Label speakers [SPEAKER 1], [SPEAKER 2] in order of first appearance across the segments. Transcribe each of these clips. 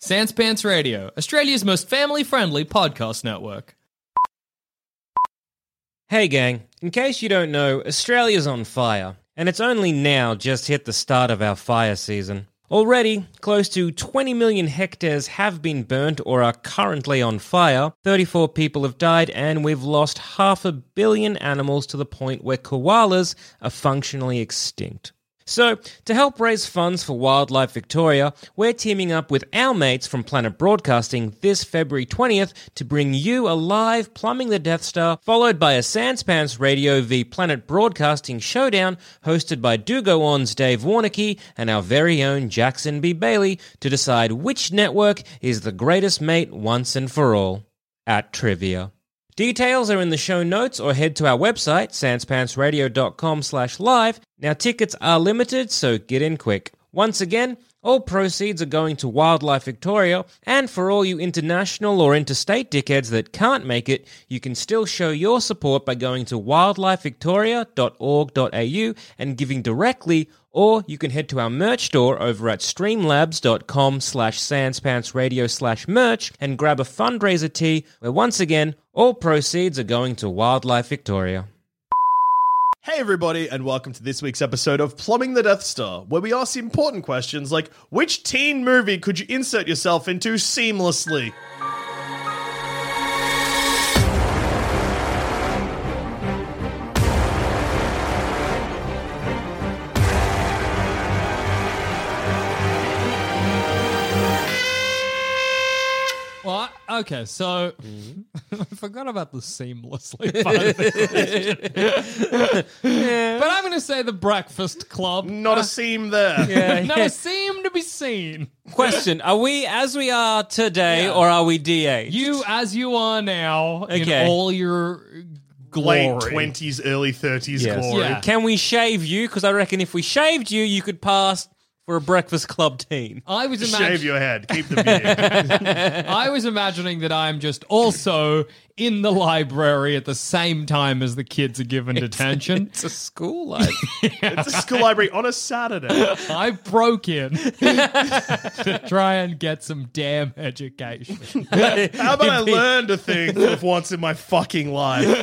[SPEAKER 1] Sans Pants Radio, Australia's most family friendly podcast network.
[SPEAKER 2] Hey gang, in case you don't know, Australia's on fire, and it's only now just hit the start of our fire season. Already, close to 20 million hectares have been burnt or are currently on fire, 34 people have died, and we've lost half a billion animals to the point where koalas are functionally extinct. So, to help raise funds for Wildlife Victoria, we're teaming up with our mates from Planet Broadcasting this February 20th to bring you a live Plumbing the Death Star, followed by a Sanspants Radio v Planet Broadcasting showdown hosted by Do Go On's Dave Warnicky and our very own Jackson B. Bailey to decide which network is the greatest mate once and for all at Trivia. Details are in the show notes or head to our website, sanspantsradio.com slash live. Now tickets are limited, so get in quick. Once again, all proceeds are going to Wildlife Victoria, and for all you international or interstate dickheads that can't make it, you can still show your support by going to wildlifevictoria.org.au and giving directly, or you can head to our merch store over at streamlabs.com slash sanspantsradio slash merch and grab a fundraiser tee where once again, all proceeds are going to Wildlife Victoria.
[SPEAKER 3] Hey, everybody, and welcome to this week's episode of Plumbing the Death Star, where we ask important questions like which teen movie could you insert yourself into seamlessly?
[SPEAKER 1] Well, I- okay, so
[SPEAKER 2] Mm-hmm.
[SPEAKER 1] I forgot about the seamlessly part of the question. But I'm going to say the Breakfast Club.
[SPEAKER 3] Not a seam there.
[SPEAKER 1] No, seem to be seen.
[SPEAKER 2] Question: Are we as we are today,
[SPEAKER 1] Yeah.
[SPEAKER 2] or are we DH?
[SPEAKER 1] You as you are now
[SPEAKER 2] Okay.
[SPEAKER 1] in all your glory.
[SPEAKER 3] Late 20s, early 30s
[SPEAKER 2] Yes.
[SPEAKER 3] glory.
[SPEAKER 1] Yeah.
[SPEAKER 2] Can we shave you? Because I reckon if we shaved you, you could pass for a Breakfast Club teen.
[SPEAKER 1] I was
[SPEAKER 3] Shave
[SPEAKER 1] imagining.
[SPEAKER 3] your head, keep the beard.
[SPEAKER 1] I was imagining that I'm just also in the library at the same time as the kids are given detention.
[SPEAKER 2] It's a school life.
[SPEAKER 3] it's a school library on a Saturday.
[SPEAKER 1] I broke in to try and get some damn education.
[SPEAKER 3] How about I learned a thing for once in my fucking life?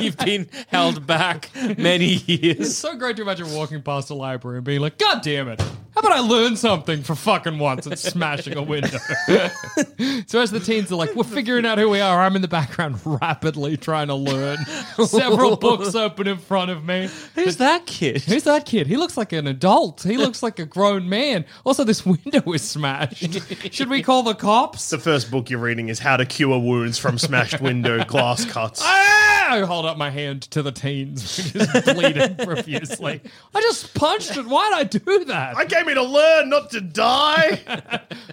[SPEAKER 2] You've been held back many
[SPEAKER 1] It's
[SPEAKER 2] years.
[SPEAKER 1] so great to imagine walking past a library and being like, God damn it. How about I learn something for fucking once and smashing a window? so as the teens are like, we're figuring out who we are, I'm in the background rapidly trying to learn. Several books open in front of me.
[SPEAKER 2] Who's that kid?
[SPEAKER 1] Who's that kid? He looks like an adult. He looks like a grown man. Also, this window is smashed. Should we call the cops?
[SPEAKER 3] The first book you're reading is How to Cure Wounds from Smashed Window Glass Cuts.
[SPEAKER 1] Ah! I hold up my hand to the teens, which is bleeding profusely. I just punched it. Why'd I do that?
[SPEAKER 3] I came here to learn, not to die.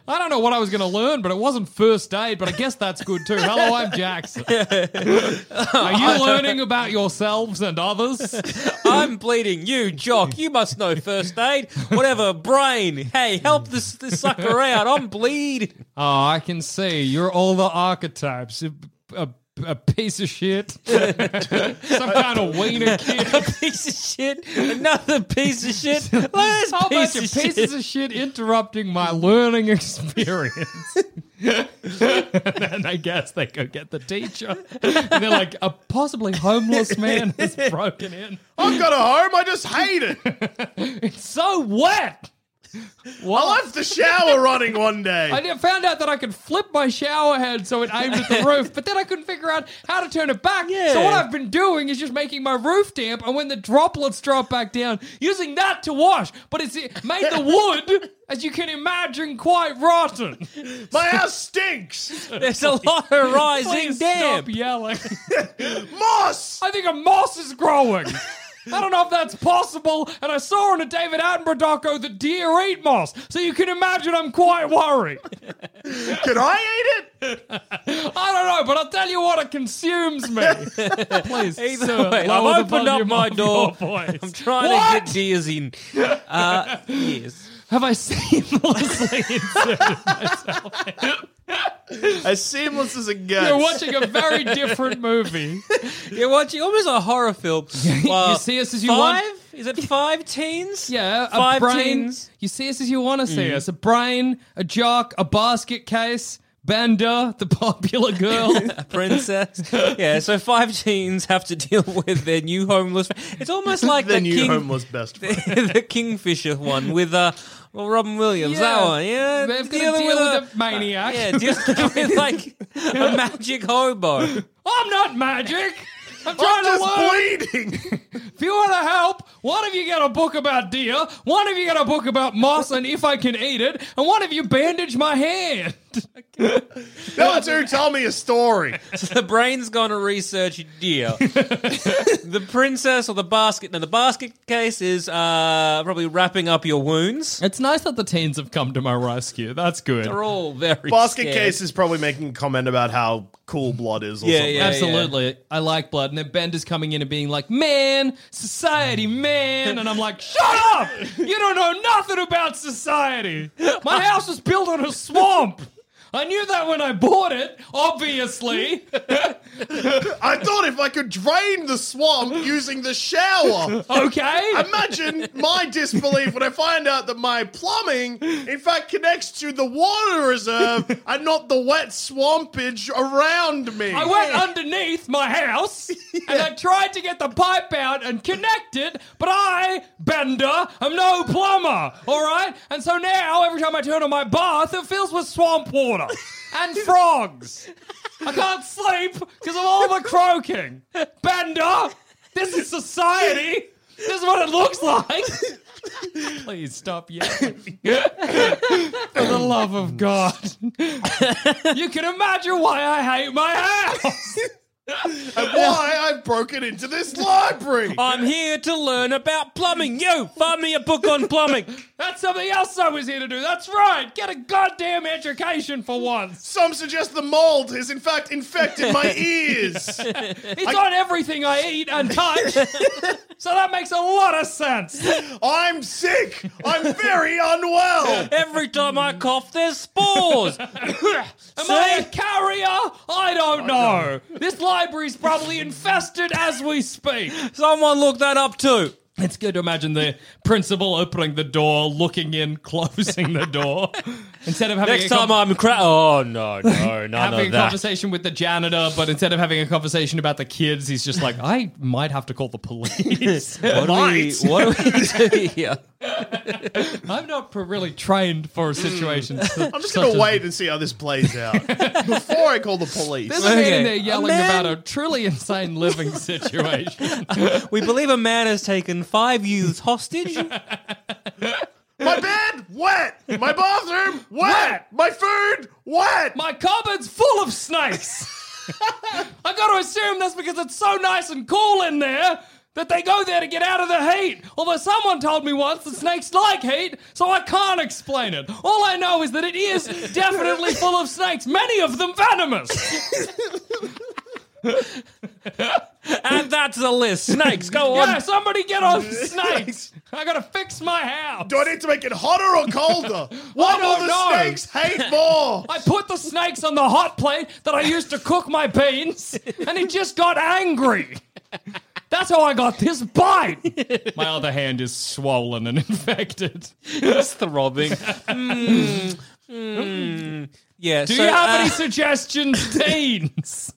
[SPEAKER 1] I don't know what I was going to learn, but it wasn't first aid, but I guess that's good too. Hello, I'm Jackson. Are you learning about yourselves and others?
[SPEAKER 2] I'm bleeding. You, Jock. You must know first aid. Whatever. Brain. Hey, help this, this sucker out. I'm bleeding.
[SPEAKER 1] Oh, I can see. You're all the archetypes. A, a- a piece of shit. Some kind of wiener
[SPEAKER 2] A
[SPEAKER 1] kid.
[SPEAKER 2] piece of shit. Another piece of shit. Look at this
[SPEAKER 1] Whole
[SPEAKER 2] piece
[SPEAKER 1] bunch of
[SPEAKER 2] of
[SPEAKER 1] pieces
[SPEAKER 2] shit.
[SPEAKER 1] of shit interrupting my learning experience. and I guess they go get the teacher. And they're like, a possibly homeless man has broken in.
[SPEAKER 3] I've got a home, I just hate it.
[SPEAKER 1] It's so wet. What?
[SPEAKER 3] I left the shower running one day.
[SPEAKER 1] I did- found out that I could flip my shower head so it aimed at the roof, but then I couldn't figure out how to turn it back. So what I've been doing is just making my roof damp, and when the droplets drop back down, using that to wash. But it's it made the wood, as you can imagine, quite rotten.
[SPEAKER 3] My house stinks.
[SPEAKER 2] There's a lot of rising
[SPEAKER 1] Please
[SPEAKER 2] damp.
[SPEAKER 1] stop yelling.
[SPEAKER 3] Moss.
[SPEAKER 1] I think a moss is growing. I don't know if that's possible, and I saw in a David Attenborough doco that deer eat moss, so you can imagine I'm quite worried.
[SPEAKER 3] Can I eat it?
[SPEAKER 1] I don't know, but I'll tell you what, it consumes me. Please,
[SPEAKER 2] Either
[SPEAKER 1] sir,
[SPEAKER 2] way,
[SPEAKER 1] lower
[SPEAKER 2] I've
[SPEAKER 1] the
[SPEAKER 2] opened up
[SPEAKER 1] volume
[SPEAKER 2] my
[SPEAKER 1] of
[SPEAKER 2] door.
[SPEAKER 1] your voice.
[SPEAKER 2] I'm trying
[SPEAKER 1] What?
[SPEAKER 2] to get deers in. Uh, yes.
[SPEAKER 1] Have I seamlessly inserted?
[SPEAKER 3] As seamless as it gets.
[SPEAKER 1] You're watching a very different movie.
[SPEAKER 2] You're watching almost a horror film. Uh,
[SPEAKER 1] you see us as you
[SPEAKER 2] five?
[SPEAKER 1] want.
[SPEAKER 2] Is it five teens?
[SPEAKER 1] Yeah, a
[SPEAKER 2] five
[SPEAKER 1] brain.
[SPEAKER 2] teens. Mm.
[SPEAKER 1] You see us as you want to see us. A brain, a jock, a basket case, Bender, the popular girl.
[SPEAKER 2] A princess. yeah, so five teens have to deal with their new homeless. It's almost like
[SPEAKER 3] the
[SPEAKER 2] the
[SPEAKER 3] new
[SPEAKER 2] King,
[SPEAKER 3] homeless best friend.
[SPEAKER 2] the Kingfisher one with uh, well, Robin Williams. That one. Yeah,
[SPEAKER 1] They've got to deal with, a, maniac.
[SPEAKER 2] Yeah, dealing with like a magic hobo.
[SPEAKER 1] I'm not magic. I'm
[SPEAKER 3] I'm
[SPEAKER 1] trying to learn.
[SPEAKER 3] just bleeding.
[SPEAKER 1] If you want to help, one of you got a book about deer, one of you got a book about moss and if I can eat it, and one of you bandage my hand.
[SPEAKER 3] no, two, tell me a story.
[SPEAKER 2] the brain's gone to research deer. the princess or the basket. Now the basket case is uh, probably wrapping up your wounds.
[SPEAKER 1] It's nice that the teens have come to my rescue. That's good.
[SPEAKER 2] They're all very
[SPEAKER 3] Basket
[SPEAKER 2] scared.
[SPEAKER 3] case is probably making a comment about how cool blood is. Or
[SPEAKER 2] Yeah,
[SPEAKER 3] something.
[SPEAKER 2] yeah.
[SPEAKER 1] Absolutely. I like blood. And then Bender's coming in and being like, man, society, man. And I'm like, shut up! You don't know nothing about society. My house was built on a swamp. I knew that when I bought it, obviously.
[SPEAKER 3] I thought if I could drain the swamp using the shower.
[SPEAKER 1] Okay?
[SPEAKER 3] Imagine my disbelief when I find out that my plumbing, in fact, connects to the water reserve and not the wet swampage around me.
[SPEAKER 1] I went underneath my house and I tried to get the pipe out and connect it, but I, Bender, am no plumber, all right? And so now every time I turn on my bath, it fills with swamp water and frogs. I can't sleep because of all the croaking. Bender, this is society. This is what it looks like. Please stop yelling. For the love of God. you can imagine why I hate my house.
[SPEAKER 3] And why I've broken into this library.
[SPEAKER 1] Oh.
[SPEAKER 2] I'm here to learn about plumbing. You find me a book on plumbing.
[SPEAKER 1] That's something else I was here to do. That's right. Get a goddamn education for once.
[SPEAKER 3] Some suggest the mold has, in fact, infected my ears.
[SPEAKER 1] It's on everything I eat and touch. so that makes a lot of sense.
[SPEAKER 3] I'm sick. I'm very unwell.
[SPEAKER 2] Every time I cough, there's spores.
[SPEAKER 1] Am
[SPEAKER 2] See?
[SPEAKER 1] I a carrier? I don't know. This library's probably infested as we speak.
[SPEAKER 2] Someone look that up too.
[SPEAKER 1] It's good to imagine the principal opening the door, looking in, closing the door. Instead of having
[SPEAKER 2] Next
[SPEAKER 1] a com-
[SPEAKER 2] time I'm cra- oh no no none
[SPEAKER 1] having
[SPEAKER 2] of
[SPEAKER 1] a
[SPEAKER 2] that.
[SPEAKER 1] conversation with the janitor, but instead of having a conversation about the kids, he's just like, I might have to call the police.
[SPEAKER 2] What do, we,
[SPEAKER 3] Might.
[SPEAKER 2] what do we do here?
[SPEAKER 1] I'm not pr- really trained for situations.
[SPEAKER 3] Hmm. I'm just going to wait and see how this plays out before I call the police.
[SPEAKER 1] There's a man
[SPEAKER 2] Okay.
[SPEAKER 1] in there
[SPEAKER 2] A
[SPEAKER 1] yelling
[SPEAKER 2] man-
[SPEAKER 1] about a truly insane living situation.
[SPEAKER 2] We believe a man has taken five youths hostage.
[SPEAKER 3] My bed, wet. My bathroom, wet. My food, wet.
[SPEAKER 1] My cupboard's full of snakes. I got to assume that's because it's so nice and cool in there that they go there to get out of the heat. Although someone told me once that snakes like heat, so I can't explain it. All I know is that it is definitely full of snakes, many of them venomous.
[SPEAKER 2] And that's the list. Snakes, go on.
[SPEAKER 1] Yeah, somebody get on snakes. I got to fix my house.
[SPEAKER 3] Do I need to make it hotter or colder? What
[SPEAKER 1] don't
[SPEAKER 3] will the
[SPEAKER 1] know.
[SPEAKER 3] snakes hate more?
[SPEAKER 1] I put the snakes on the hot plate that I used to cook my beans, and it just got angry. That's how I got this bite. My other hand is swollen and infected.
[SPEAKER 2] It's throbbing. Yeah.
[SPEAKER 1] Do
[SPEAKER 2] so,
[SPEAKER 1] you have
[SPEAKER 2] uh,
[SPEAKER 1] any suggestions, teens?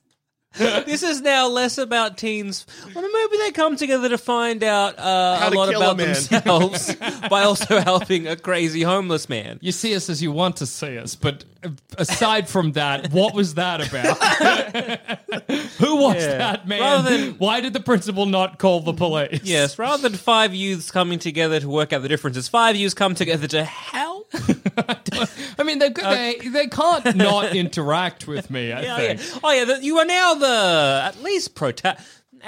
[SPEAKER 2] this is now less about teens. Well, maybe they come together to find out uh,
[SPEAKER 3] How
[SPEAKER 2] a
[SPEAKER 3] to
[SPEAKER 2] lot
[SPEAKER 3] kill a
[SPEAKER 2] about
[SPEAKER 3] man.
[SPEAKER 2] themselves by also helping a crazy homeless man.
[SPEAKER 1] You see us as you want to see us, but uh, aside from that, what was that about? Who was
[SPEAKER 2] Yeah.
[SPEAKER 1] that man?
[SPEAKER 2] Rather than-
[SPEAKER 1] Why did the principal not call the police?
[SPEAKER 2] Yes, rather than five youths coming together to work out the differences, five youths come together to help.
[SPEAKER 1] I mean, they've, got- they they can't not interact with me. I
[SPEAKER 2] Uh, Yeah, yeah.
[SPEAKER 1] think
[SPEAKER 2] Oh, yeah, the, you are now the at least prota- Mm,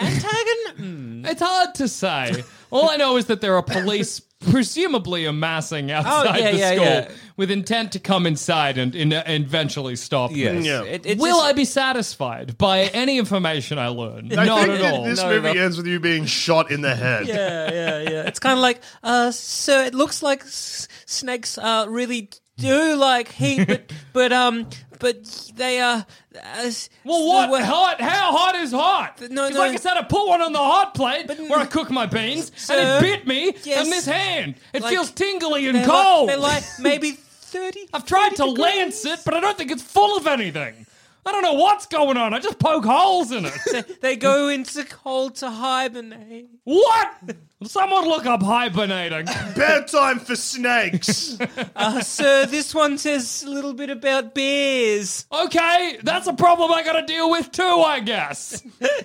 [SPEAKER 2] antagon.
[SPEAKER 1] it's hard to say. All I know is that there are police. Presumably amassing outside
[SPEAKER 2] Oh, yeah,
[SPEAKER 1] the
[SPEAKER 2] yeah,
[SPEAKER 1] school
[SPEAKER 2] yeah.
[SPEAKER 1] with intent to come inside and, and eventually stop. me.
[SPEAKER 2] yes.
[SPEAKER 3] Yeah.
[SPEAKER 2] It- it's
[SPEAKER 1] Will
[SPEAKER 2] just-
[SPEAKER 1] I be satisfied by any information I learn?
[SPEAKER 3] I
[SPEAKER 1] Not
[SPEAKER 3] think
[SPEAKER 1] at
[SPEAKER 3] that
[SPEAKER 1] all.
[SPEAKER 3] This
[SPEAKER 1] No,
[SPEAKER 3] movie
[SPEAKER 1] no.
[SPEAKER 3] ends with you being shot in the head.
[SPEAKER 2] yeah, yeah, yeah. It's kind of like, uh, so it looks like s- snakes uh, really do like heat, but but um, but they are. Uh, s-
[SPEAKER 1] Well, what
[SPEAKER 2] well,
[SPEAKER 1] hot? How hot is hot?
[SPEAKER 2] no,
[SPEAKER 1] 'Cause
[SPEAKER 2] no.
[SPEAKER 1] like I said, I put one on the hot plate where I cook my beans,
[SPEAKER 2] Sir,
[SPEAKER 1] and it bit me
[SPEAKER 2] yes.
[SPEAKER 1] in this hand. It
[SPEAKER 2] Like,
[SPEAKER 1] feels tingly and
[SPEAKER 2] they're like-
[SPEAKER 1] cold.
[SPEAKER 2] They're like maybe thirty.
[SPEAKER 1] I've tried
[SPEAKER 2] 30
[SPEAKER 1] to
[SPEAKER 2] degrees.
[SPEAKER 1] lance it, but I don't think it's full of anything. I don't know what's going on. I just poke holes in it.
[SPEAKER 2] They- They go into cold to hibernate.
[SPEAKER 1] what? Someone look up hibernating.
[SPEAKER 3] Bedtime for snakes.
[SPEAKER 2] Uh, sir, this one says a little bit about bears.
[SPEAKER 1] Okay, that's a problem I gotta deal with too, I guess.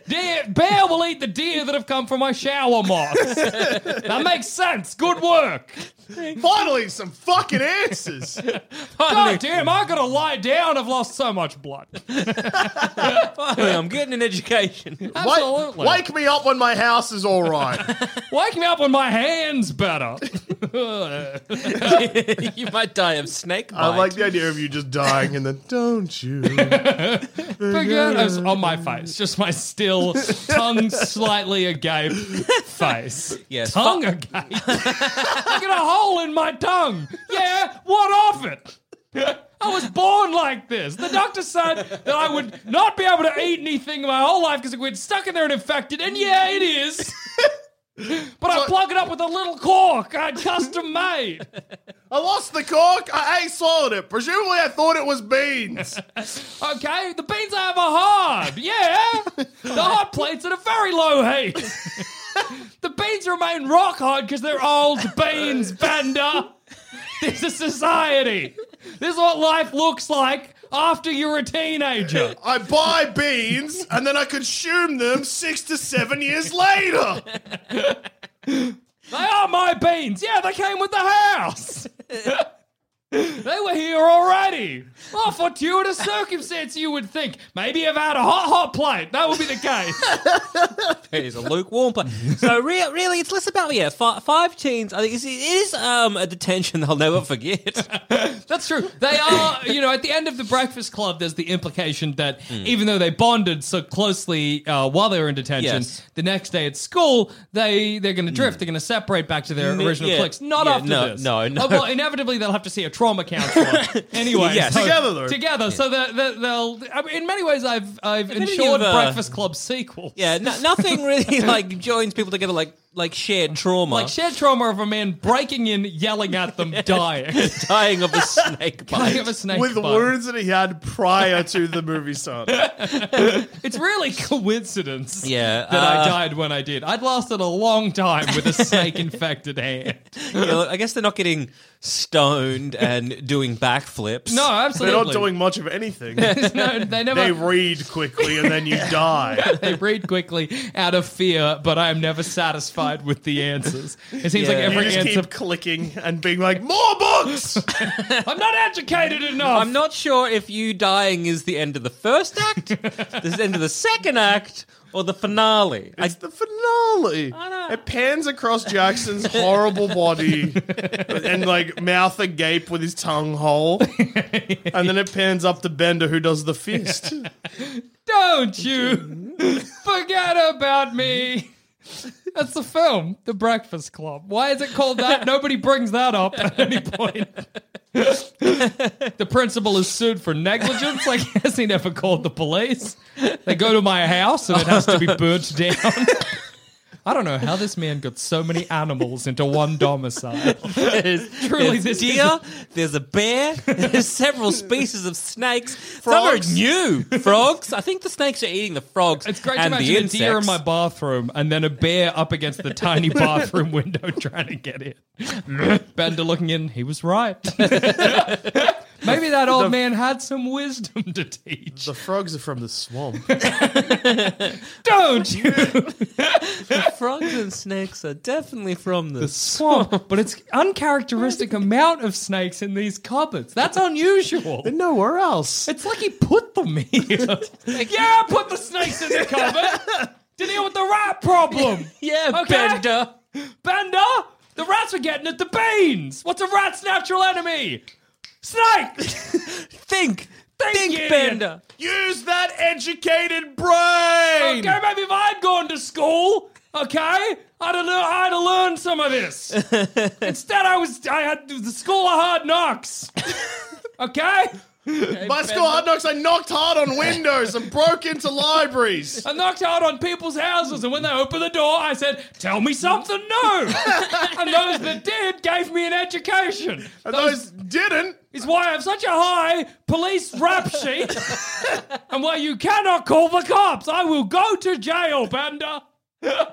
[SPEAKER 1] Deer, bear will eat the deer that have come from my shower moss. that makes sense. Good work.
[SPEAKER 3] Finally, some fucking answers.
[SPEAKER 1] Oh, God damn, I gotta lie down. I've lost so much blood.
[SPEAKER 2] Finally, I'm getting an education.
[SPEAKER 3] Wake,
[SPEAKER 1] Absolutely.
[SPEAKER 3] wake me up when my house is all right.
[SPEAKER 1] Wake me up when my hand's better.
[SPEAKER 2] you might die of snake bite.
[SPEAKER 3] I like the idea of you just dying and then don't you?
[SPEAKER 1] Forget it's on my face. Just my still, tongue slightly agape face.
[SPEAKER 2] Yes.
[SPEAKER 1] Tongue agape? I got a hole in my tongue. Yeah, what of it? I was born like this. The doctor said that I would not be able to eat anything my whole life because it went stuck in there and infected, and yeah, it is. But I plug it up with a little cork I'd custom made.
[SPEAKER 3] I lost the cork. I, I swallowed it. Presumably, I thought it was beans.
[SPEAKER 1] Okay, the beans I have are hard. Yeah, the hot plates at a very low heat. the beans remain rock hard because they're old beans, Banda. This is society. This is what life looks like after you're a teenager.
[SPEAKER 3] I buy beans and then I consume them six to seven years later.
[SPEAKER 1] They are my beans. Yeah, they came with the house. they were here already. Oh, fortuitous circumstance, you would think. Maybe I've had a hot, hot plate. That would be the case.
[SPEAKER 2] He's a lukewarm play. So re- really, it's less about yeah five, five teens. I think it's- it is um, a detention they'll never forget.
[SPEAKER 1] That's true. They are, you know, at the end of the Breakfast Club, there's the implication that
[SPEAKER 2] Hmm.
[SPEAKER 1] even though they bonded so closely uh, while they were in detention,
[SPEAKER 2] Yes.
[SPEAKER 1] the next day at school, they they're going to drift. They're going to separate back to their
[SPEAKER 2] N-
[SPEAKER 1] original
[SPEAKER 2] yeah.
[SPEAKER 1] cliques. Not
[SPEAKER 2] Yeah,
[SPEAKER 1] after
[SPEAKER 2] no,
[SPEAKER 1] this.
[SPEAKER 2] no, no.
[SPEAKER 1] Oh, well, inevitably they'll have to see a trauma counselor. anyway,
[SPEAKER 2] Yes.
[SPEAKER 1] so-
[SPEAKER 3] Together, though.
[SPEAKER 1] together. So they're, they're, they'll. I mean, in many ways, I've I've
[SPEAKER 2] many
[SPEAKER 1] ensured
[SPEAKER 2] of, uh,
[SPEAKER 1] Breakfast Club sequels.
[SPEAKER 2] Yeah, no, nothing really like joins people together like like shared trauma,
[SPEAKER 1] Like shared trauma of a man breaking in, yelling at them, dying,
[SPEAKER 2] dying of a snake
[SPEAKER 1] dying of
[SPEAKER 2] bite.
[SPEAKER 1] a snake
[SPEAKER 3] With
[SPEAKER 1] bite.
[SPEAKER 3] words that he had prior to the movie starting.
[SPEAKER 1] It's really coincidence.
[SPEAKER 2] Yeah,
[SPEAKER 1] that I
[SPEAKER 2] uh,
[SPEAKER 1] died when I did. I'd lasted a long time with a snake-infected hand.
[SPEAKER 2] Yeah, look, I guess they're not getting stoned and doing backflips.
[SPEAKER 1] No,
[SPEAKER 3] They're
[SPEAKER 1] absolutely.
[SPEAKER 3] not doing much of anything.
[SPEAKER 1] No, they
[SPEAKER 3] They
[SPEAKER 1] never. They,
[SPEAKER 3] read quickly and then you die.
[SPEAKER 1] read quickly out of fear, but I am never satisfied with the answers. It seems like
[SPEAKER 2] Yeah.
[SPEAKER 3] You
[SPEAKER 1] every
[SPEAKER 3] just
[SPEAKER 1] answer.
[SPEAKER 3] keep clicking and being like, more books!
[SPEAKER 1] I'm not educated enough.
[SPEAKER 2] I'm not sure if you dying is the end of the first act, the end of the second act, or the finale. I
[SPEAKER 3] It's the finale. It pans across Jackson's horrible body and like mouth agape with his tongue hole. And then it pans up to Bender who does the fist.
[SPEAKER 1] Don't you forget about me. That's the film, The Breakfast Club. Why is it called that? Nobody brings that up at any point. the principal is sued for negligence. I guess he never called the police. They go to my house and it has to be burnt down. I don't know how this man got so many animals into one domicile.
[SPEAKER 2] There's,
[SPEAKER 1] Truly,
[SPEAKER 2] there's
[SPEAKER 1] this is
[SPEAKER 2] deer. There's a bear. There's several species of snakes.
[SPEAKER 3] Frogs.
[SPEAKER 2] Some are new. Frogs. I think the snakes are eating the frogs.
[SPEAKER 1] It's great to
[SPEAKER 2] and the
[SPEAKER 1] imagine a deer in
[SPEAKER 2] insects.
[SPEAKER 1] my bathroom and then a bear up against the tiny bathroom window trying to get in. Bender looking in, he was right. Maybe that old man had some wisdom to teach.
[SPEAKER 3] The frogs are from the swamp.
[SPEAKER 1] Don't you?
[SPEAKER 2] frogs and snakes are definitely from the,
[SPEAKER 1] Swamp, but it's uncharacteristic amount of snakes in these cupboards. That's unusual.
[SPEAKER 3] Nowhere else.
[SPEAKER 1] It's like he put them here. like, yeah, put the snakes in the cupboard to deal with the rat problem.
[SPEAKER 2] Yeah,
[SPEAKER 1] Okay.
[SPEAKER 2] Bender.
[SPEAKER 1] Bender, the rats were getting at the beans. What's a rat's natural enemy? Snake.
[SPEAKER 2] Think.
[SPEAKER 1] Thank
[SPEAKER 2] Think,
[SPEAKER 1] you.
[SPEAKER 2] Bender.
[SPEAKER 3] Use that educated brain.
[SPEAKER 1] Okay, maybe if I'd gone to school, okay, I'd have, lear- I'd have learned some of this. Instead, I was I had the school of hard knocks. Okay,
[SPEAKER 3] My school hard knocks. I knocked hard on windows and broke into libraries.
[SPEAKER 1] I knocked out on people's houses, and when they opened the door, I said, "Tell me something new." and those that did gave me an education.
[SPEAKER 3] And those didn't.
[SPEAKER 1] Is why I have such a high police rap sheet, and why you cannot call the cops. I will go to jail, Bender.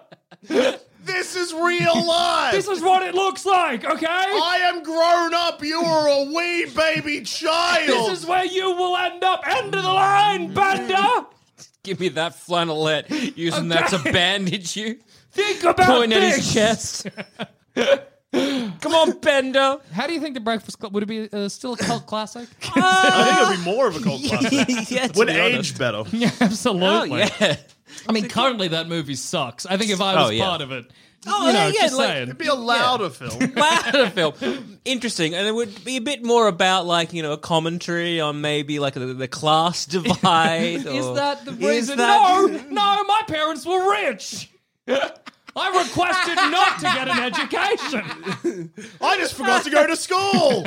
[SPEAKER 3] This is real life.
[SPEAKER 1] This is what it looks like, okay?
[SPEAKER 3] I am grown up. You are a wee baby child.
[SPEAKER 1] This is where you will end up. End of the line, Banda.
[SPEAKER 2] Give me that flannelette. Using that to
[SPEAKER 1] Okay.
[SPEAKER 2] bandage you.
[SPEAKER 1] Think about
[SPEAKER 2] Point at his
[SPEAKER 1] this.
[SPEAKER 2] chest. Come on, Bender.
[SPEAKER 1] How do you think the Breakfast Club would it be uh, still a cult classic?
[SPEAKER 3] I think it'll be more of a cult classic.
[SPEAKER 2] yeah, to
[SPEAKER 3] Would
[SPEAKER 2] be honest.
[SPEAKER 3] age better.
[SPEAKER 1] yeah,
[SPEAKER 2] Oh,
[SPEAKER 1] absolutely.
[SPEAKER 2] yeah.
[SPEAKER 1] I mean, currently that movie sucks. I think if I was
[SPEAKER 2] Oh, yeah.
[SPEAKER 1] part of it,
[SPEAKER 2] Oh,
[SPEAKER 1] you know,
[SPEAKER 2] yeah, yeah,
[SPEAKER 1] just
[SPEAKER 2] like-
[SPEAKER 1] saying.
[SPEAKER 3] It'd be a louder film.
[SPEAKER 2] Ladder film. Interesting. And it would be a bit more about, like, you know, a commentary on maybe, like, the, the class divide.
[SPEAKER 1] Is
[SPEAKER 2] or-
[SPEAKER 1] that the
[SPEAKER 2] Is
[SPEAKER 1] reason?
[SPEAKER 2] that-
[SPEAKER 1] No, no, my parents were rich. I requested not to get an education.
[SPEAKER 3] I just forgot to go to school.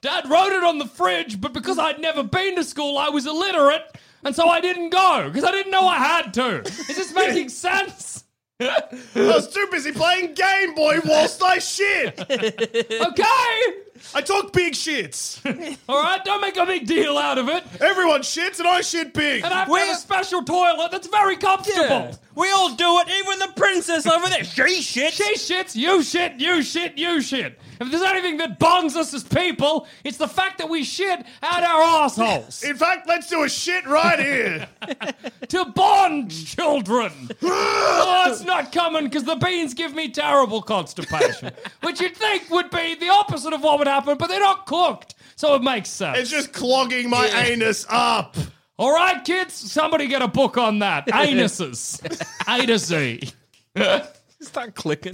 [SPEAKER 1] Dad wrote it on the fridge, but because I'd never been to school, I was illiterate, and so I didn't go because I didn't know I had to. Is this making sense?
[SPEAKER 3] I was too busy playing Game Boy whilst I shit.
[SPEAKER 1] Okay.
[SPEAKER 3] I took big shits.
[SPEAKER 1] All right, don't make a big deal out of it.
[SPEAKER 3] Everyone shits and I shit big.
[SPEAKER 1] And I have, to
[SPEAKER 2] We're-
[SPEAKER 1] have a special toilet that's very comfortable.
[SPEAKER 2] Yeah. We all do it, even the princess over there. She shit.
[SPEAKER 1] She shits, you shit, you shit, you shit. If there's anything that bonds us as people, it's the fact that we shit out our assholes
[SPEAKER 3] In fact, let's do a shit right here.
[SPEAKER 1] to bond children. oh, that's not coming because the beans give me terrible constipation, which you'd think would be the opposite of what would happen, but they're not cooked, so it makes sense.
[SPEAKER 3] It's just clogging my anus up.
[SPEAKER 1] All right, kids, somebody get a book on that. Anuses. A to Z.
[SPEAKER 2] Start clicking.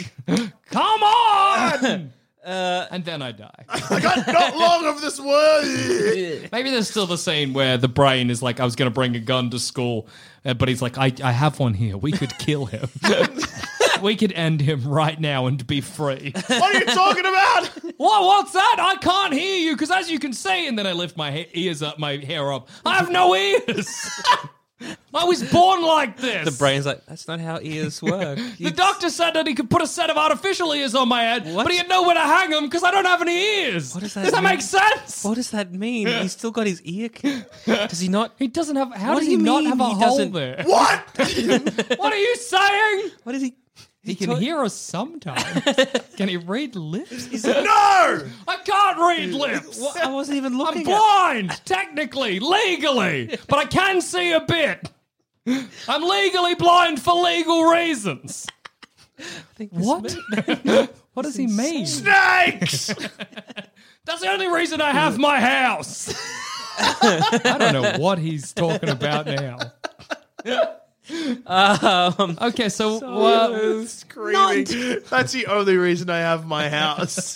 [SPEAKER 1] Come on!
[SPEAKER 3] Uh,
[SPEAKER 1] and then I die.
[SPEAKER 3] I got not long of this word.
[SPEAKER 1] Maybe there's still the scene where the brain is like, I was going to bring a gun to school, uh, but he's like, I, I have one here. We could kill him. we could end him right now and be free.
[SPEAKER 3] What are you talking about?
[SPEAKER 1] Whoa, what's that? I can't hear you because, as you can see, and then I lift my he- ears up, my hair up. I have no ears. I was born like this.
[SPEAKER 2] The brain's like, that's not how ears work.
[SPEAKER 1] The doctor said that he could put a set of artificial ears on my head,
[SPEAKER 2] What?
[SPEAKER 1] but he had nowhere to hang them because I don't have any ears.
[SPEAKER 2] What does that
[SPEAKER 1] that
[SPEAKER 2] mean?
[SPEAKER 1] make sense?
[SPEAKER 2] What does that mean? He's still got his ear. Does he not?
[SPEAKER 1] He doesn't have. How
[SPEAKER 2] What
[SPEAKER 1] does
[SPEAKER 2] do
[SPEAKER 1] he
[SPEAKER 2] you
[SPEAKER 1] not
[SPEAKER 2] mean
[SPEAKER 1] have a
[SPEAKER 2] he
[SPEAKER 1] hole
[SPEAKER 2] doesn't-
[SPEAKER 1] there?
[SPEAKER 3] What?
[SPEAKER 1] What are you saying?
[SPEAKER 2] What is he?
[SPEAKER 1] He can hear us sometimes. can he read lips?
[SPEAKER 3] No!
[SPEAKER 1] I can't read lips.
[SPEAKER 2] What? I wasn't even
[SPEAKER 1] I'm
[SPEAKER 2] looking. at-
[SPEAKER 1] blind, technically, legally, but I can see a bit. I'm legally blind for legal reasons.
[SPEAKER 2] I think this
[SPEAKER 1] What? what does he mean?
[SPEAKER 3] Snakes!
[SPEAKER 1] That's the only reason I have my house. I don't know what he's talking about now. okay, so, uh,
[SPEAKER 3] Screaming. That's the only reason I have my house.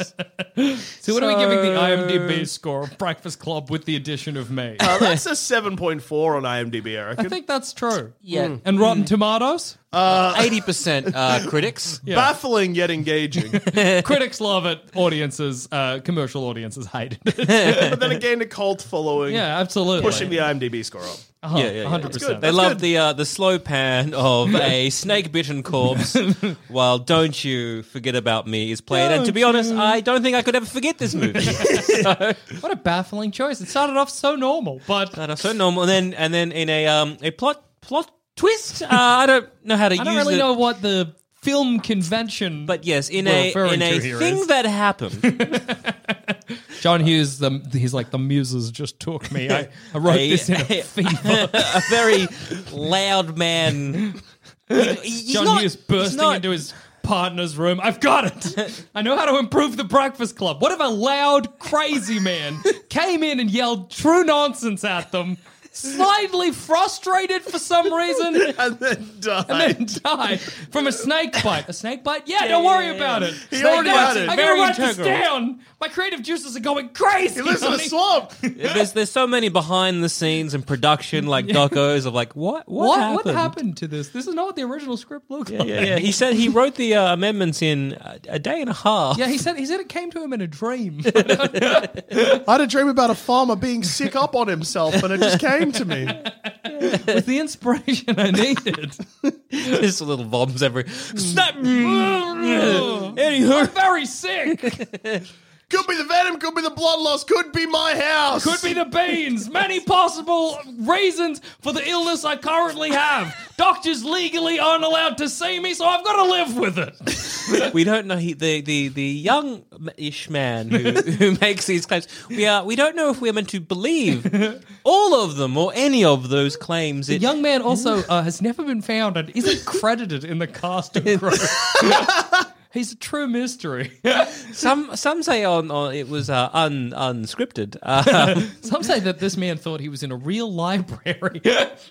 [SPEAKER 1] so what are we giving the IMDb score of Breakfast Club with the addition of me?
[SPEAKER 3] Uh, that's a 7.4 on IMDb, I
[SPEAKER 1] I
[SPEAKER 3] reckon.
[SPEAKER 1] think that's true.
[SPEAKER 2] Yeah. Mm.
[SPEAKER 1] And Rotten Tomatoes?
[SPEAKER 2] Eighty percent uh, critics.
[SPEAKER 3] Baffling yet engaging.
[SPEAKER 1] Critics love it. Audiences, uh, commercial audiences hate it.
[SPEAKER 3] but then it gained a cult following,
[SPEAKER 1] yeah, absolutely.
[SPEAKER 3] pushing the IMDb score up.
[SPEAKER 1] Uh-huh,
[SPEAKER 2] Yeah, yeah, yeah.
[SPEAKER 1] 100%.
[SPEAKER 3] It's good.
[SPEAKER 2] They
[SPEAKER 3] That's
[SPEAKER 2] love
[SPEAKER 3] good.
[SPEAKER 2] the uh, the slow fan of a snake bitten corpse, while Don't You Forget About Me is played. and to be honest, I don't think I could ever forget this movie.
[SPEAKER 1] What a baffling choice. It started off so normal, but
[SPEAKER 2] That are so normal. And then, and then in a um a plot plot twist. Uh, I don't know how to
[SPEAKER 1] I
[SPEAKER 2] use
[SPEAKER 1] don't really
[SPEAKER 2] it.
[SPEAKER 1] know what the film convention.
[SPEAKER 2] But yes, in
[SPEAKER 1] we're
[SPEAKER 2] a
[SPEAKER 1] referring
[SPEAKER 2] in a
[SPEAKER 1] to here
[SPEAKER 2] thing
[SPEAKER 1] is-
[SPEAKER 2] that happened,
[SPEAKER 1] John Hughes, the, he's like, the muses just took me. I, I wrote
[SPEAKER 2] A-
[SPEAKER 1] this in a fever.
[SPEAKER 2] a very loud man. he- he's
[SPEAKER 1] John
[SPEAKER 2] not-
[SPEAKER 1] Hughes
[SPEAKER 2] he's
[SPEAKER 1] bursting
[SPEAKER 2] not-
[SPEAKER 1] into his partner's room. I've got it. I know how to improve the Breakfast Club. What if a loud, crazy man came in and yelled true nonsense at them, slightly frustrated for some reason,
[SPEAKER 3] and then die.
[SPEAKER 1] and then died from a snake bite? A snake bite? Yeah, don't worry about it.
[SPEAKER 3] He already had it.
[SPEAKER 1] I'm
[SPEAKER 2] Very
[SPEAKER 1] gonna write this
[SPEAKER 2] integral.
[SPEAKER 1] down. My creative juices are going crazy.
[SPEAKER 3] He lives in a
[SPEAKER 1] honey.
[SPEAKER 3] swamp.
[SPEAKER 2] There's there's so many behind the scenes and production like docos of like what what,
[SPEAKER 1] What,
[SPEAKER 2] happened?
[SPEAKER 1] what happened to this? This is not what the original script looked like.
[SPEAKER 2] Yeah, yeah. He said he wrote the uh, amendments in a, a day and a half.
[SPEAKER 1] Yeah, he said he said it came to him in a dream.
[SPEAKER 3] I had a dream about a farmer being sick up on himself, and it just came to me.
[SPEAKER 1] It's the inspiration I needed.
[SPEAKER 2] Just little bombs every Mm. snap. Anywho,
[SPEAKER 1] I'm very sick.
[SPEAKER 3] Could be the venom, could be the blood loss, could be my house.
[SPEAKER 1] Could be the beans. Many possible reasons for the illness I currently have. Doctors legally aren't allowed to see me, so I've got to live with it.
[SPEAKER 2] we don't know he, the the the young ish man who, who makes these claims. We are we don't know if we're meant to believe all of them or any of those claims. It,
[SPEAKER 1] Young man also uh, has never been found and isn't credited in the cast of Crow. He's a true mystery.
[SPEAKER 2] some some say on, on it was uh, un unscripted. Uh,
[SPEAKER 1] Some say that this man thought he was in a real library.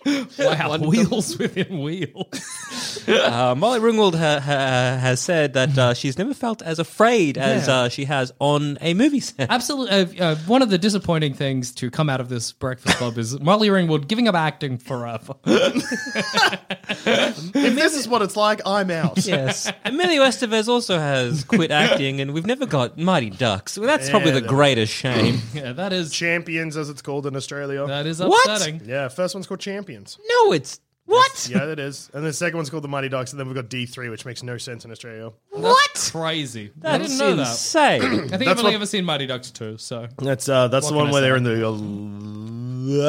[SPEAKER 1] wow, wheels within wheels.
[SPEAKER 2] Uh, Molly Ringwald ha- ha- has said that uh, she's never felt as afraid as
[SPEAKER 1] Yeah.
[SPEAKER 2] uh, she has on a movie set.
[SPEAKER 1] Absolutely. Uh, uh, one of the disappointing things to come out of this Breakfast Club is Molly Ringwald giving up acting forever.
[SPEAKER 3] If this is what it's like, I'm out.
[SPEAKER 2] Yes. Emilio Estevez also has quit acting, and we've never got Mighty Ducks. Well, that's probably the greatest shame.
[SPEAKER 1] yeah, that is
[SPEAKER 3] Champions, as it's called in Australia.
[SPEAKER 1] that is
[SPEAKER 2] What?
[SPEAKER 1] upsetting.
[SPEAKER 3] yeah, first one's called Champions.
[SPEAKER 2] no, it's. What?
[SPEAKER 3] Yeah, that is. And the second one's called the Mighty Ducks, and then we've got D3, which makes no sense in Australia.
[SPEAKER 2] What?
[SPEAKER 1] Crazy. I
[SPEAKER 2] That's
[SPEAKER 1] didn't know that.
[SPEAKER 2] insane.
[SPEAKER 1] I think I've
[SPEAKER 3] That's
[SPEAKER 1] only
[SPEAKER 3] what-
[SPEAKER 1] ever seen Mighty Ducks 2, so.
[SPEAKER 3] That's uh, that's the
[SPEAKER 1] can
[SPEAKER 3] one
[SPEAKER 1] I
[SPEAKER 3] where
[SPEAKER 1] say?
[SPEAKER 3] they're in the. Uh,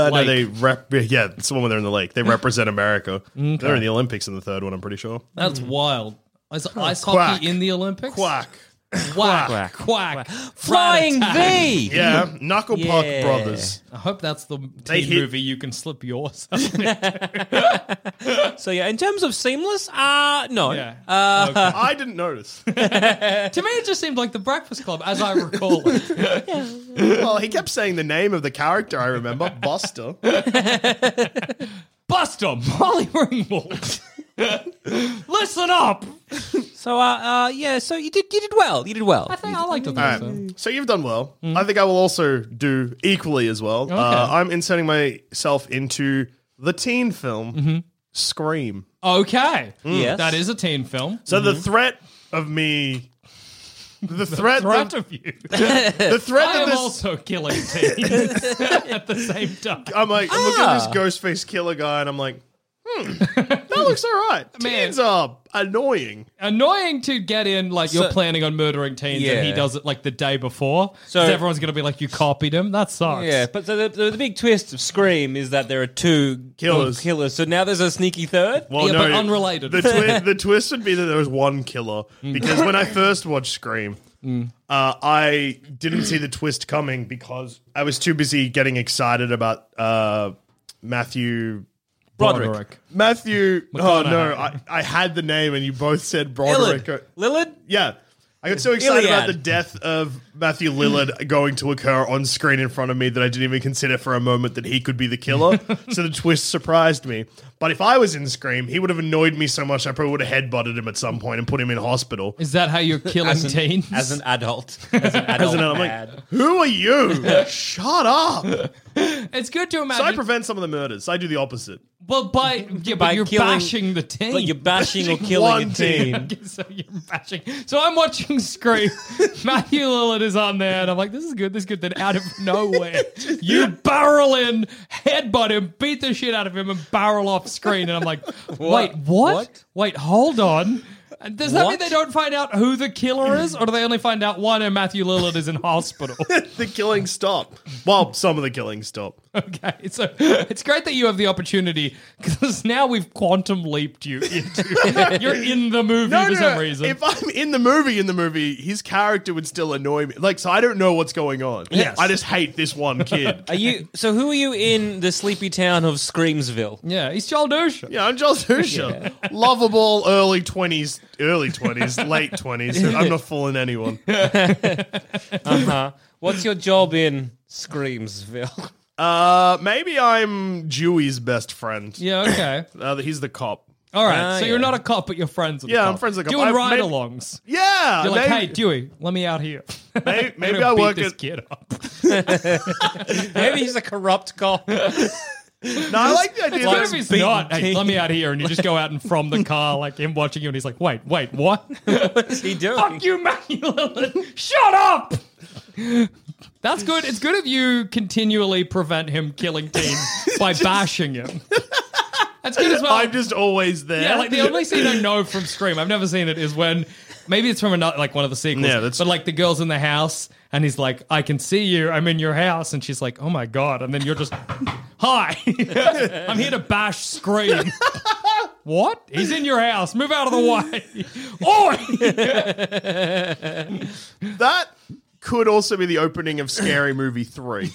[SPEAKER 3] no,
[SPEAKER 1] Lake.
[SPEAKER 3] they rep. Yeah, it's the one where they're in the lake. They represent America. They're in the Olympics in the third one. I'm pretty sure.
[SPEAKER 1] That's wild. Is ice
[SPEAKER 3] Hmm. quack.
[SPEAKER 1] hockey in the Olympics?
[SPEAKER 3] Quack.
[SPEAKER 1] Quack.
[SPEAKER 2] Quack.
[SPEAKER 1] Quack. quack.
[SPEAKER 2] Flying
[SPEAKER 1] Rat-a-tat.
[SPEAKER 2] V!
[SPEAKER 3] Yeah, Knuckle Puck
[SPEAKER 2] Yeah.
[SPEAKER 3] Brothers.
[SPEAKER 1] I hope that's the
[SPEAKER 3] They
[SPEAKER 1] teen
[SPEAKER 3] hit-
[SPEAKER 1] movie you can slip yours.
[SPEAKER 2] So, yeah, in terms of seamless, uh, no.
[SPEAKER 1] Yeah.
[SPEAKER 2] Uh,
[SPEAKER 3] I didn't notice.
[SPEAKER 1] to me, it just seemed like the Breakfast Club, as I recall it.
[SPEAKER 3] well, he kept saying the name of the character. I remember Buster.
[SPEAKER 1] Buster Molly Ringwald. Listen up.
[SPEAKER 2] so, uh, uh, yeah, so you did, you did well. You did well.
[SPEAKER 1] I think I liked it.
[SPEAKER 3] All right. Mm. So you've done well.
[SPEAKER 1] Mm.
[SPEAKER 3] I think I will also do equally as well. Uh, I'm inserting myself into the teen film
[SPEAKER 1] Mm-hmm.
[SPEAKER 3] Scream.
[SPEAKER 1] Okay.
[SPEAKER 2] Yes.
[SPEAKER 1] That is a teen film.
[SPEAKER 3] So the threat of me. The threat,
[SPEAKER 1] Threat
[SPEAKER 3] of,
[SPEAKER 1] of you.
[SPEAKER 3] the threat
[SPEAKER 1] I
[SPEAKER 3] that
[SPEAKER 1] am
[SPEAKER 3] this
[SPEAKER 1] also killing teens at the same time.
[SPEAKER 3] I'm like, I'm looking
[SPEAKER 1] Ah.
[SPEAKER 3] at this ghost face killer guy, and I'm like, hmm, that looks all right.
[SPEAKER 1] Man.
[SPEAKER 3] Teens are annoying.
[SPEAKER 1] Annoying to get in, like you're
[SPEAKER 2] So-
[SPEAKER 1] planning on murdering teens
[SPEAKER 2] Yeah.
[SPEAKER 1] and he does it like the day before.
[SPEAKER 2] So-
[SPEAKER 1] So everyone's going to be like, you copied him. That sucks.
[SPEAKER 2] Yeah, but so the, the, the big twist of Scream is that there are two
[SPEAKER 3] Killers.
[SPEAKER 2] Killers. So now there's a sneaky third.
[SPEAKER 3] Well,
[SPEAKER 1] Yeah, but unrelated. Hmm.
[SPEAKER 3] The, twi- the twist would be that there was one killer because when I first watched Scream, uh, I didn't see the twist coming because I was too busy getting excited about uh, Matthew.
[SPEAKER 2] Broderick.
[SPEAKER 3] Matthew. Oh no, I, I had the name, and you both said Broderick.
[SPEAKER 2] Lillard. Lillard?
[SPEAKER 3] Yeah. I got so excited about
[SPEAKER 2] Iliad.
[SPEAKER 3] the death of Matthew Lillard going to occur on screen in front of me that I didn't even consider for a moment that he could be the killer. so the twist surprised me. But if I was in Scream, he would have annoyed me so much I probably would have headbutted him at some point and put him in hospital.
[SPEAKER 1] Is that how you're killing teens?
[SPEAKER 2] As an adult. As an adult.
[SPEAKER 3] And then I'm
[SPEAKER 2] ad.
[SPEAKER 3] like, who are you? Shut up.
[SPEAKER 1] it's good to
[SPEAKER 3] So I
[SPEAKER 1] imagine.
[SPEAKER 3] prevent some of the murders. I do the opposite.
[SPEAKER 1] well, by, yeah,
[SPEAKER 2] By
[SPEAKER 1] but you're
[SPEAKER 2] killing-
[SPEAKER 1] bashing the teen.
[SPEAKER 2] but you're bashing or
[SPEAKER 3] Bashing
[SPEAKER 2] killing
[SPEAKER 3] one
[SPEAKER 2] a team.
[SPEAKER 1] so you're bashing. So I'm watching Scream. Matthew Lillard is on there, and I'm like, this is good, this is good. Then out of nowhere, you barrel in, headbutt him, beat the shit out of him, and barrel off screen. And I'm like, wait, what?
[SPEAKER 2] What?
[SPEAKER 1] Wait, hold on. And Does that mean
[SPEAKER 2] What?
[SPEAKER 1] they don't find out who the killer is, or do they only find out one and Matthew Lillard is in hospital?
[SPEAKER 3] the killings stop. Well, some of the killings stop.
[SPEAKER 1] Okay, so it's great that you have the opportunity because now we've quantum leaped you into. you're in the movie for some reason.
[SPEAKER 3] If I'm in the movie, in the movie, his character would still annoy me. Like, so I don't know what's going on.
[SPEAKER 2] Yes.
[SPEAKER 3] I just hate this one kid.
[SPEAKER 2] Are you so? Who are you in the sleepy town of Screamsville?
[SPEAKER 1] yeah, he's Joel Dusha.
[SPEAKER 3] yeah, I'm Joel Dusha. Lovable early 20s, early 20s, late 20s. I'm not fooling anyone.
[SPEAKER 2] What's your job in Screamsville?
[SPEAKER 3] Uh, maybe I'm Dewey's best friend.
[SPEAKER 1] Yeah, okay.
[SPEAKER 3] Uh, he's the cop.
[SPEAKER 1] All right,
[SPEAKER 2] Ah,
[SPEAKER 1] so you're
[SPEAKER 2] yeah.
[SPEAKER 1] not a cop, but you're friends with a
[SPEAKER 3] Yeah,
[SPEAKER 1] cop.
[SPEAKER 3] I'm friends with a cop.
[SPEAKER 1] Doing
[SPEAKER 3] I've
[SPEAKER 1] ride
[SPEAKER 3] maybe-
[SPEAKER 1] alongs.
[SPEAKER 3] Yeah.
[SPEAKER 1] You're like,
[SPEAKER 3] maybe,
[SPEAKER 1] hey, Dewey, let me out here.
[SPEAKER 3] may- maybe,
[SPEAKER 1] I'm gonna
[SPEAKER 3] I
[SPEAKER 1] beat
[SPEAKER 3] work
[SPEAKER 1] this
[SPEAKER 3] at.
[SPEAKER 1] kid up.
[SPEAKER 2] Maybe he's a corrupt cop.
[SPEAKER 3] No, I like the idea.
[SPEAKER 1] What
[SPEAKER 3] that
[SPEAKER 1] if he's not? Hey, let me out here. And you just go out and from the car, like him watching you, and he's like, wait, wait, what?
[SPEAKER 2] What's he doing?
[SPEAKER 1] Fuck you, Matthew Lillard. Shut up. That's good. It's good if you continually prevent him killing teens by bashing him. That's good as well.
[SPEAKER 3] I'm just always there.
[SPEAKER 1] yeah, like the only scene I know from Scream, I've never seen it, is when maybe it's from another, like one of the sequels.
[SPEAKER 3] Yeah, that's-
[SPEAKER 1] but like the girl's in the house and he's like, "I can see you. I'm in your house," and she's like, "Oh my god!" And then you're just, "Hi, I'm here to bash Scream." what? He's in your house. Move out of the way. Oi!
[SPEAKER 3] that could also be the opening of Scary Movie 3.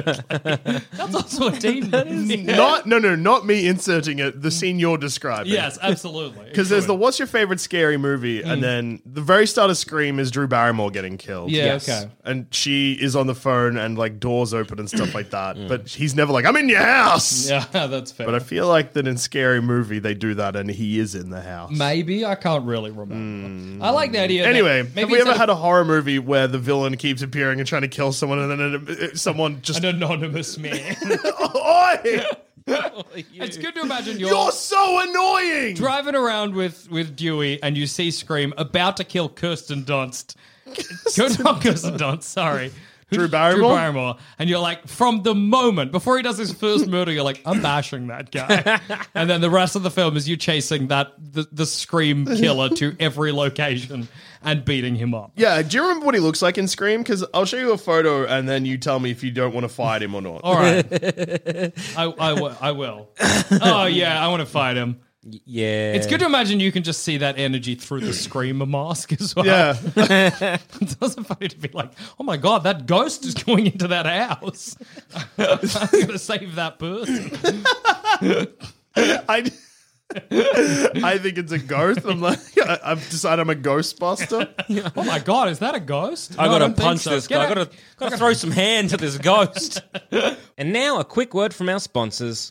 [SPEAKER 1] That's also a teen movie.
[SPEAKER 3] Not no no not me inserting it. The scene you're describing.
[SPEAKER 1] Yes, Hmm. absolutely.
[SPEAKER 3] Because there's the what's your favorite scary movie, and then the very start of Scream is Drew Barrymore getting killed.
[SPEAKER 1] Yeah, Yes. okay.
[SPEAKER 3] And she is on the phone and like doors open and stuff like that. But he's never like, I'm in your house.
[SPEAKER 1] yeah, that's fair.
[SPEAKER 3] But I feel like that in Scary Movie they do that and he is in the house.
[SPEAKER 1] Maybe I can't really remember. I like the idea. that
[SPEAKER 3] Hmm. Anyway,
[SPEAKER 1] maybe
[SPEAKER 3] have we
[SPEAKER 1] instead
[SPEAKER 3] ever
[SPEAKER 1] of-
[SPEAKER 3] had a horror movie where the villain keeps appearing and trying to kill someone and then it- it- someone just
[SPEAKER 1] an anonymous man?
[SPEAKER 3] Oi!
[SPEAKER 1] it's good to imagine
[SPEAKER 3] You're so annoying!
[SPEAKER 1] driving around with with Dewey and you see Scream about to kill Kirsten Dunst. Kirsten, not Kirsten Dunst, sorry.
[SPEAKER 3] Drew
[SPEAKER 1] Drew
[SPEAKER 3] Barrymore?
[SPEAKER 1] Barrymore. And you're like, from the moment, before he does his first murder, you're like, I'm bashing that guy. and then the rest of the film is you chasing that the, the Scream killer to every location and beating him up.
[SPEAKER 3] Yeah, do you remember what he looks like in Scream? Because I'll show you a photo and then you tell me if you don't want to fight him or not.
[SPEAKER 1] All right. I, I, wi- I will. Oh, yeah, I want to fight him.
[SPEAKER 2] Yeah,
[SPEAKER 1] It's good to imagine you can just see that energy through the Screamer mask as well.
[SPEAKER 3] Yeah.
[SPEAKER 1] It's also funny to be like, oh my god, that ghost is going into that house. I'm gonna save that person.
[SPEAKER 3] I, I think it's a ghost. I'm like, I, I've decided I'm a Ghostbuster.
[SPEAKER 1] Oh my god, is that a ghost?
[SPEAKER 2] I
[SPEAKER 1] No,
[SPEAKER 2] gotta
[SPEAKER 1] don't think
[SPEAKER 2] punch
[SPEAKER 1] so.
[SPEAKER 2] this
[SPEAKER 1] Get
[SPEAKER 2] guy. I
[SPEAKER 1] out-
[SPEAKER 2] gotta, gotta throw some hands at this ghost. and now a quick word from our sponsors.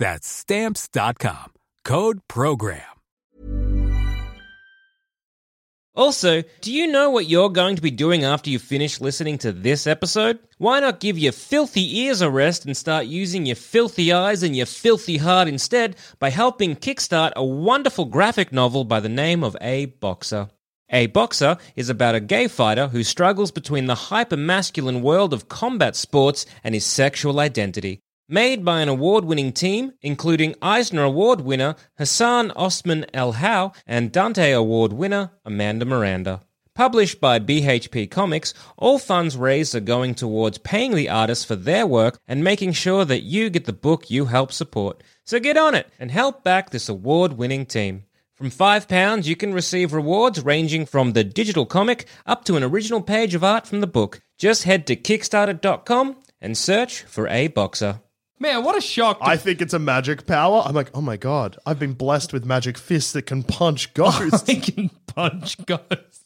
[SPEAKER 4] That's stamps.com. Code program.
[SPEAKER 2] Also, do you know what you're going to be doing after you finish listening to this episode? Why not give your filthy ears a rest and start using your filthy eyes and your filthy heart instead by helping kickstart a wonderful graphic novel by the name of A Boxer? A Boxer is about a gay fighter who struggles between the hyper masculine world of combat sports and his sexual identity. Made by an award winning team, including Eisner Award winner Hassan Osman El Howe and Dante Award winner Amanda Miranda. Published by BHP Comics, all funds raised are going towards paying the artists for their work and making sure that you get the book you help support. So get on it and help back this award winning team. From £5, you can receive rewards ranging from the digital comic up to an original page of art from the book. Just head to Kickstarter.com and search for A Boxer.
[SPEAKER 1] Man, what a shock! to-
[SPEAKER 3] I think it's a magic power. I'm like, oh my god, I've been blessed with magic fists that can punch
[SPEAKER 2] Oh
[SPEAKER 3] ghosts.
[SPEAKER 1] They can punch ghosts.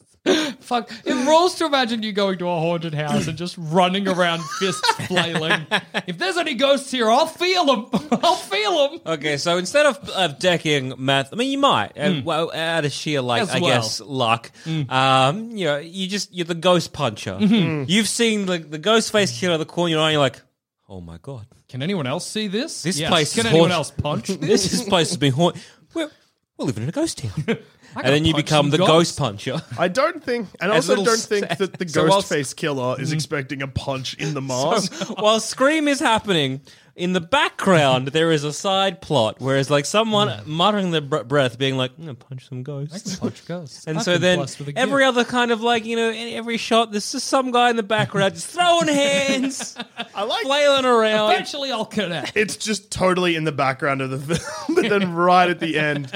[SPEAKER 1] Fuck. It rules to imagine you going to a haunted house and just running around, fists flailing. If there's any ghosts here, I'll feel them. I'll feel them.
[SPEAKER 2] Okay, so instead of, of decking math, I mean, you might, uh, well, out of sheer, like,
[SPEAKER 1] As
[SPEAKER 2] I
[SPEAKER 1] well.
[SPEAKER 2] guess, luck. Um, you know, you just, you're the ghost puncher. You've seen the, the ghost face kid out of the corner, of your eye, and you're like, oh my God.
[SPEAKER 1] Can anyone else see this?
[SPEAKER 2] This
[SPEAKER 1] Yes.
[SPEAKER 2] place is
[SPEAKER 1] Can anyone
[SPEAKER 2] haunted.
[SPEAKER 1] else punch this?
[SPEAKER 2] This is- place has been haunted. We're, we're living in a ghost town. and
[SPEAKER 1] gotta
[SPEAKER 2] then you
[SPEAKER 1] punch
[SPEAKER 2] become
[SPEAKER 1] some
[SPEAKER 2] the
[SPEAKER 1] ghosts.
[SPEAKER 2] ghost puncher.
[SPEAKER 3] I don't think, and I
[SPEAKER 2] As
[SPEAKER 3] also
[SPEAKER 2] little
[SPEAKER 3] don't
[SPEAKER 2] s-
[SPEAKER 3] think that the
[SPEAKER 2] so
[SPEAKER 3] ghost
[SPEAKER 2] whilst- Mm-hmm.
[SPEAKER 3] face killer is expecting a punch in the mask.
[SPEAKER 2] While Scream is happening, in the background, there is a side plot where it's like someone
[SPEAKER 1] Hmm.
[SPEAKER 2] muttering their br- breath, being like, I'm going to punch some ghosts.
[SPEAKER 1] I can punch ghosts.
[SPEAKER 2] And
[SPEAKER 1] I've
[SPEAKER 2] so
[SPEAKER 1] been
[SPEAKER 2] then
[SPEAKER 1] blessed with a
[SPEAKER 2] every
[SPEAKER 1] gift.
[SPEAKER 2] other kind of like, you know, in every shot, there's just some guy in the background just throwing hands,
[SPEAKER 3] I like
[SPEAKER 2] flailing around.
[SPEAKER 1] Eventually, I'll connect.
[SPEAKER 3] it's just totally in the background of the film, but then right at the end,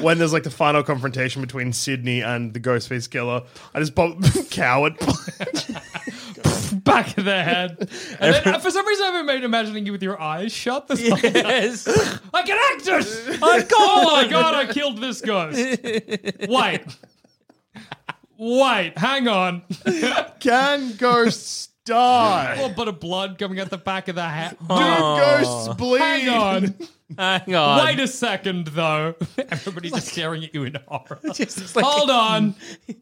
[SPEAKER 3] when there's like the final confrontation between Sydney and the ghost face killer, I just pop coward.
[SPEAKER 1] Back of the head. And then, uh, for some reason, I've been made imagining you with your eyes shut. This whole time.
[SPEAKER 2] Yes.
[SPEAKER 1] I can act it. I Oh my god! I killed this ghost. Wait. Wait. Hang on.
[SPEAKER 3] Can ghosts
[SPEAKER 1] Oh, A
[SPEAKER 3] die?
[SPEAKER 1] little bit of blood coming out the back of the hat.
[SPEAKER 3] Do ghosts bleed?
[SPEAKER 1] Hang on.
[SPEAKER 2] Hang on.
[SPEAKER 1] Wait a second, though. Everybody's just staring at you in horror. Hold on.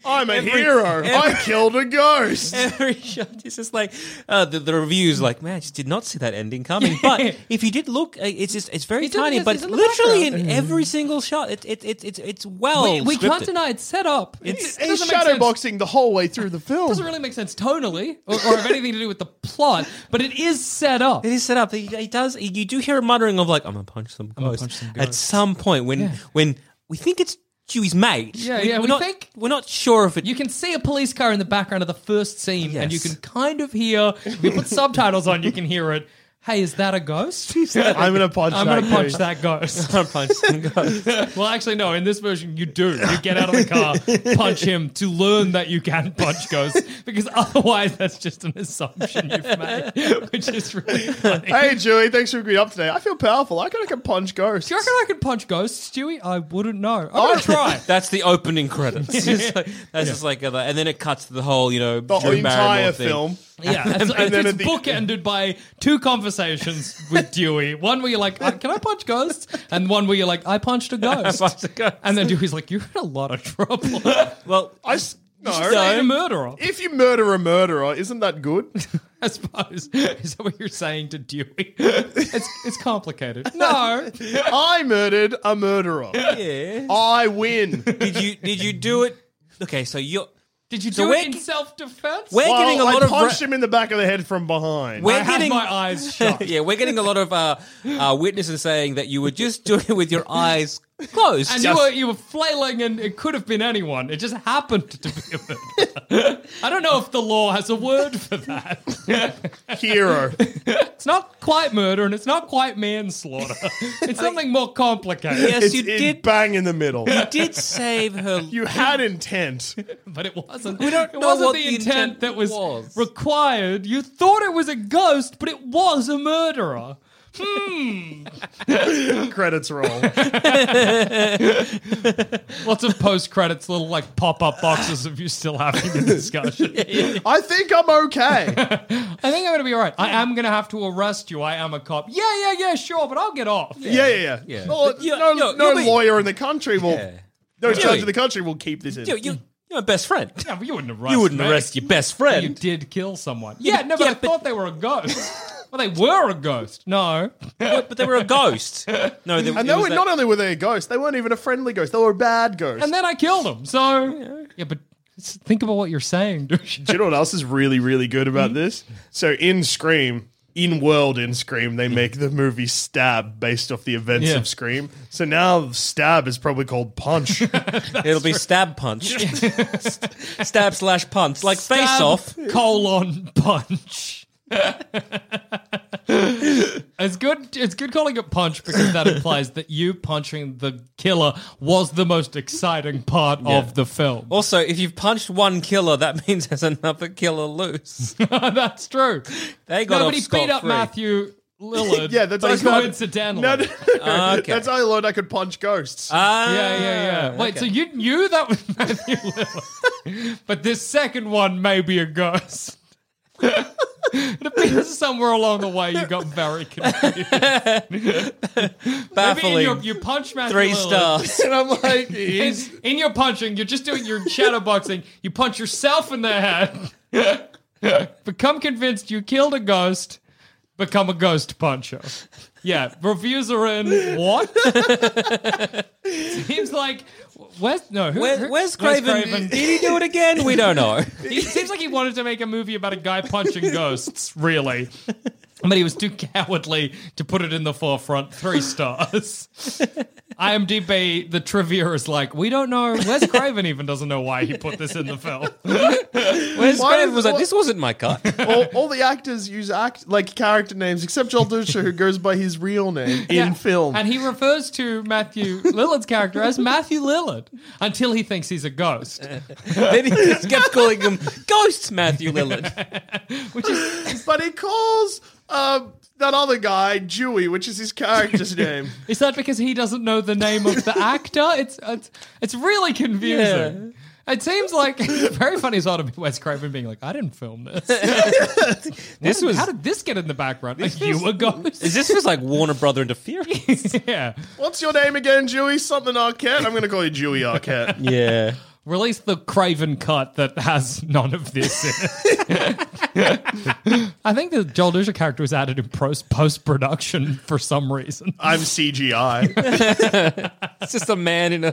[SPEAKER 3] I'm a hero. I killed a ghost.
[SPEAKER 2] Every shot is just like uh, the, the reviews, like man, I just did not see that ending coming. But if you did look, uh, it's just it's very
[SPEAKER 1] It's in-
[SPEAKER 2] tiny,
[SPEAKER 1] it's-
[SPEAKER 2] but
[SPEAKER 1] it's in the
[SPEAKER 2] literally
[SPEAKER 1] background.
[SPEAKER 2] in every single shot, it, it, it, it's it's well.
[SPEAKER 1] we can't
[SPEAKER 2] scripted.
[SPEAKER 1] deny it's set up.
[SPEAKER 3] He's
[SPEAKER 1] it doesn't make sense.
[SPEAKER 3] shadowboxing the whole way through the
[SPEAKER 1] It
[SPEAKER 3] film.
[SPEAKER 1] doesn't really make sense tonally or, or have anything to do with the plot, but it is set up.
[SPEAKER 2] It is set up. He, he does. You do hear a muttering of like, "I'm gonna punch some
[SPEAKER 1] gonna
[SPEAKER 2] ghosts."
[SPEAKER 1] punch some
[SPEAKER 2] At
[SPEAKER 1] ghosts.
[SPEAKER 2] some point, when when we think it's Chewie's mate,
[SPEAKER 1] Yeah, yeah,
[SPEAKER 2] We're
[SPEAKER 1] we
[SPEAKER 2] not,
[SPEAKER 1] think-
[SPEAKER 2] we're not sure if it.
[SPEAKER 1] You can see a police car in the background of the first scene, and you
[SPEAKER 2] Yes.
[SPEAKER 1] can kind of hear. If you put subtitles on, you can hear it. Hey, is that a ghost?
[SPEAKER 3] I'm gonna punch.
[SPEAKER 1] I'm
[SPEAKER 3] that
[SPEAKER 1] going to punch
[SPEAKER 3] ghost.
[SPEAKER 1] that ghost.
[SPEAKER 2] can punch some ghosts.
[SPEAKER 1] well, actually, no. In this version, you do. You get out of the car, punch him to learn that you can punch ghosts, because otherwise, that's just an assumption you've made, which is really funny.
[SPEAKER 3] Hey, Julie, thanks for agreeing up today. I feel powerful. I kind of can punch ghosts.
[SPEAKER 1] Do you reckon I could punch ghosts, Stewie? I wouldn't know. I'm gonna try.
[SPEAKER 2] That's the opening credits. It's just like- that's just like, a, and then it cuts to the whole, you know,
[SPEAKER 3] the
[SPEAKER 2] Drew
[SPEAKER 3] entire
[SPEAKER 2] Barrymore thing.
[SPEAKER 3] film?
[SPEAKER 1] Yeah, it's,
[SPEAKER 3] and then
[SPEAKER 1] it's
[SPEAKER 3] at the-
[SPEAKER 1] bookended by two conversations with Dewey. One where you're like, "Uh, "Can I punch ghosts?" and one where you're like, "I punched a ghost."
[SPEAKER 2] punched a ghost.
[SPEAKER 1] And then Dewey's like, "You're in a lot of trouble."
[SPEAKER 2] Well,
[SPEAKER 3] I s- No.
[SPEAKER 1] She's a murderer.
[SPEAKER 3] If you murder a murderer, isn't that good?
[SPEAKER 1] I suppose. Is that what you're saying to Dewey? It's, it's complicated. No.
[SPEAKER 3] I murdered a murderer.
[SPEAKER 2] Yeah.
[SPEAKER 3] I win.
[SPEAKER 2] Did you did you do it? Okay, so you're
[SPEAKER 1] Did you do
[SPEAKER 2] So we're
[SPEAKER 1] it in
[SPEAKER 2] g-
[SPEAKER 1] self defense?
[SPEAKER 2] we're
[SPEAKER 3] Well,
[SPEAKER 2] getting a
[SPEAKER 3] I
[SPEAKER 2] lot of ra-
[SPEAKER 3] punched him in the back of the head from behind.
[SPEAKER 2] We're
[SPEAKER 1] I had
[SPEAKER 2] getting-
[SPEAKER 1] my eyes shut.
[SPEAKER 2] yeah, we're getting a lot of uh, uh, witnesses saying that you were just doing it with your eyes closed.
[SPEAKER 1] And you were you were flailing, and it could have been anyone. It just happened to be a murderer. I don't know if the law has a word for that.
[SPEAKER 3] Hero.
[SPEAKER 1] It's not quite murder, and it's not quite manslaughter. It's something more complicated.
[SPEAKER 2] yes,
[SPEAKER 3] It's
[SPEAKER 2] you
[SPEAKER 3] in
[SPEAKER 2] did.
[SPEAKER 3] bang in the middle.
[SPEAKER 2] did save her.
[SPEAKER 3] You had intent.
[SPEAKER 1] but it wasn't. We don't it
[SPEAKER 2] know
[SPEAKER 1] wasn't
[SPEAKER 2] what
[SPEAKER 1] the,
[SPEAKER 2] the
[SPEAKER 1] intent,
[SPEAKER 2] intent
[SPEAKER 1] that was,
[SPEAKER 2] was.
[SPEAKER 1] required. You thought it was a ghost, but it was a murderer.
[SPEAKER 3] Credits roll.
[SPEAKER 1] Lots of post credits, little like pop up boxes of you still having a discussion.
[SPEAKER 3] I think I'm okay.
[SPEAKER 1] I think I'm gonna be all right. I am gonna have to arrest you. I am a cop. Yeah, yeah, yeah, sure, but I'll get off.
[SPEAKER 3] Yeah, yeah, yeah.
[SPEAKER 2] Yeah.
[SPEAKER 3] No,
[SPEAKER 2] But you-
[SPEAKER 3] no,
[SPEAKER 2] you-
[SPEAKER 3] no
[SPEAKER 2] you'll be-
[SPEAKER 3] lawyer in the country will.
[SPEAKER 2] Yeah.
[SPEAKER 3] No judge
[SPEAKER 2] Dewey.
[SPEAKER 3] in the country will keep this in.
[SPEAKER 2] You, you, you're a best friend.
[SPEAKER 1] Yeah, but you wouldn't arrest.
[SPEAKER 2] You wouldn't
[SPEAKER 1] me.
[SPEAKER 2] arrest your best
[SPEAKER 1] But You
[SPEAKER 2] friend.
[SPEAKER 1] did kill someone. Yeah, no, but
[SPEAKER 2] yeah,
[SPEAKER 1] I
[SPEAKER 2] but-
[SPEAKER 1] thought they were a ghost. well, they were a ghost. No.
[SPEAKER 2] But, but they were a ghost. No, they,
[SPEAKER 3] and they were, not only were they a ghost, they weren't even a friendly ghost. They were a bad ghost.
[SPEAKER 1] And then I killed them. So yeah, but s- think about what you're saying, douche.
[SPEAKER 3] Do you know what else is really, really good
[SPEAKER 1] Hmm?
[SPEAKER 3] about this? So in Scream, in world in Scream, they make the movie Stab based off the events
[SPEAKER 1] Yeah.
[SPEAKER 3] of Scream. So now Stab is probably called Punch.
[SPEAKER 2] It'll be stab punch. stab slash punch. Like face
[SPEAKER 1] Stab,
[SPEAKER 2] off.
[SPEAKER 1] colon punch. it's good. It's good calling it punch because that implies that you punching the killer was the most exciting part of the film.
[SPEAKER 2] Also, if you've punched one killer, that means there's another killer loose.
[SPEAKER 1] That's true.
[SPEAKER 2] They got off
[SPEAKER 1] Nobody beat up
[SPEAKER 2] scot-free.
[SPEAKER 1] Matthew Lillard.
[SPEAKER 3] yeah, that's
[SPEAKER 1] but
[SPEAKER 3] I learned-
[SPEAKER 1] coincidentally.
[SPEAKER 3] No, no, no.
[SPEAKER 2] Okay.
[SPEAKER 3] That's how I learned I could punch ghosts.
[SPEAKER 2] Ah,
[SPEAKER 1] Yeah, yeah, yeah. Wait, so you knew that was Matthew Lillard, but this second one may be a ghost. it appears somewhere along the way you got very confused. Maybe in
[SPEAKER 2] baffling.
[SPEAKER 1] your, you punch Matthew
[SPEAKER 2] Three
[SPEAKER 1] Lillard.
[SPEAKER 2] stars.
[SPEAKER 3] and I'm like,
[SPEAKER 1] In,
[SPEAKER 3] he's
[SPEAKER 1] in your punching, you're just doing your shadowboxing. You punch yourself in the head. Become convinced you killed a ghost. Become a ghost puncher. Yeah, reviews are in. What? Seems like where's no who,
[SPEAKER 2] Where,
[SPEAKER 1] who-
[SPEAKER 2] where's Craven? Did he do it again? We don't know.
[SPEAKER 1] He seems like he wanted to make a movie about a guy punching ghosts, really. But he was too cowardly to put it in the forefront. Three stars. IMDb, the trivia is like, we don't know. Wes Craven even doesn't know why he put this in the film.
[SPEAKER 2] Where's
[SPEAKER 3] Why
[SPEAKER 2] Craven
[SPEAKER 3] does-
[SPEAKER 2] was like,
[SPEAKER 3] what-
[SPEAKER 2] this wasn't my cut.
[SPEAKER 3] all, all the actors use act like character names except Joel Dusha, who goes by his real name in
[SPEAKER 1] Yeah.
[SPEAKER 3] film.
[SPEAKER 1] And he refers to Matthew Lillard's character as Matthew Lillard until he thinks he's a ghost,
[SPEAKER 2] then he just kept calling him Ghost Matthew Lillard.
[SPEAKER 1] which is
[SPEAKER 3] but he calls um, that other guy Dewey, which is his character's name.
[SPEAKER 1] Is that because he doesn't know the name of the actor? It's it's, it's really confusing. It seems like very funny as well to be Wes Craven being like, I didn't film this.
[SPEAKER 2] This was.
[SPEAKER 1] How did this get in the background? Are you a ghost?
[SPEAKER 2] Is this was like Warner Brother interference?
[SPEAKER 1] yeah.
[SPEAKER 3] What's your name again, Dewey? Something Arquette? I'm going to call you Dewey Arquette.
[SPEAKER 2] yeah.
[SPEAKER 1] Release the Craven cut that has none of this in it. I think the Joel Dusha character was added in post production for some reason.
[SPEAKER 3] I'm CGI.
[SPEAKER 2] It's just a man in a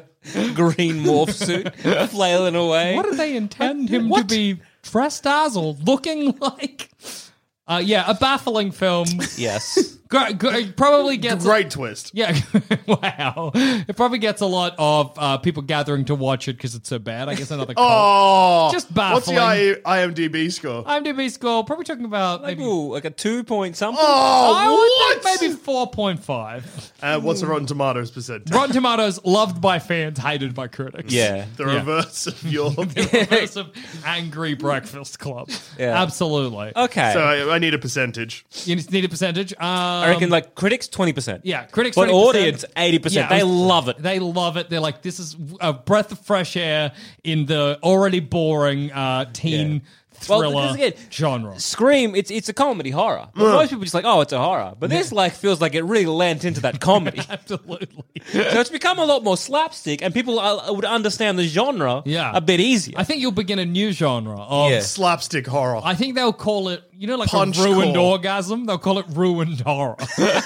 [SPEAKER 2] green morph suit flailing away.
[SPEAKER 1] What did they intend him to be dressed as or looking like? Uh, yeah, a baffling film.
[SPEAKER 2] yes.
[SPEAKER 1] Gr- gr- probably gets
[SPEAKER 3] Great twist.
[SPEAKER 1] Yeah, wow. It probably gets a lot of uh, people gathering to watch it because it's so bad. I guess another. cult.
[SPEAKER 3] Oh,
[SPEAKER 1] Just
[SPEAKER 3] What's
[SPEAKER 1] baffling.
[SPEAKER 3] the I- IMDb score?
[SPEAKER 1] IMDb score probably talking about maybe.
[SPEAKER 2] Ooh, like a two point something.
[SPEAKER 1] I
[SPEAKER 3] Oh, what?
[SPEAKER 1] would think maybe four point five.
[SPEAKER 3] Uh, what's the Rotten Tomatoes percentage?
[SPEAKER 1] Rotten Tomatoes, loved by fans, hated by critics.
[SPEAKER 2] Yeah.
[SPEAKER 3] The
[SPEAKER 1] Yeah.
[SPEAKER 3] reverse of your.
[SPEAKER 1] Reverse of angry Breakfast Club.
[SPEAKER 2] Yeah.
[SPEAKER 1] Absolutely.
[SPEAKER 3] Oh.
[SPEAKER 2] Okay.
[SPEAKER 3] so I, I need a percentage.
[SPEAKER 1] You just need a percentage. Um,
[SPEAKER 2] I reckon like critics twenty percent.
[SPEAKER 1] Yeah, critics.
[SPEAKER 2] But
[SPEAKER 1] 20%.
[SPEAKER 2] audience eighty
[SPEAKER 1] Yeah,
[SPEAKER 2] percent. They
[SPEAKER 1] I was-
[SPEAKER 2] love it.
[SPEAKER 1] They love it. They're like, this is a breath of fresh air in the already boring uh, teen
[SPEAKER 2] Well, this
[SPEAKER 1] thriller
[SPEAKER 2] is good.
[SPEAKER 1] genre.
[SPEAKER 2] Scream, it's it's a comedy horror. But most people just like, oh, it's a horror. But this like feels like it really lent into that comedy. so
[SPEAKER 1] Absolutely.
[SPEAKER 2] it's become a lot more slapstick, and people uh, would understand the genre
[SPEAKER 1] Yeah.
[SPEAKER 2] a bit easier.
[SPEAKER 1] I think you'll begin a new genre of.
[SPEAKER 2] Yeah.
[SPEAKER 3] Slapstick horror.
[SPEAKER 1] I think they'll call it, you know, like
[SPEAKER 3] Punch
[SPEAKER 1] a ruined
[SPEAKER 3] core.
[SPEAKER 1] orgasm. They'll call it ruined horror,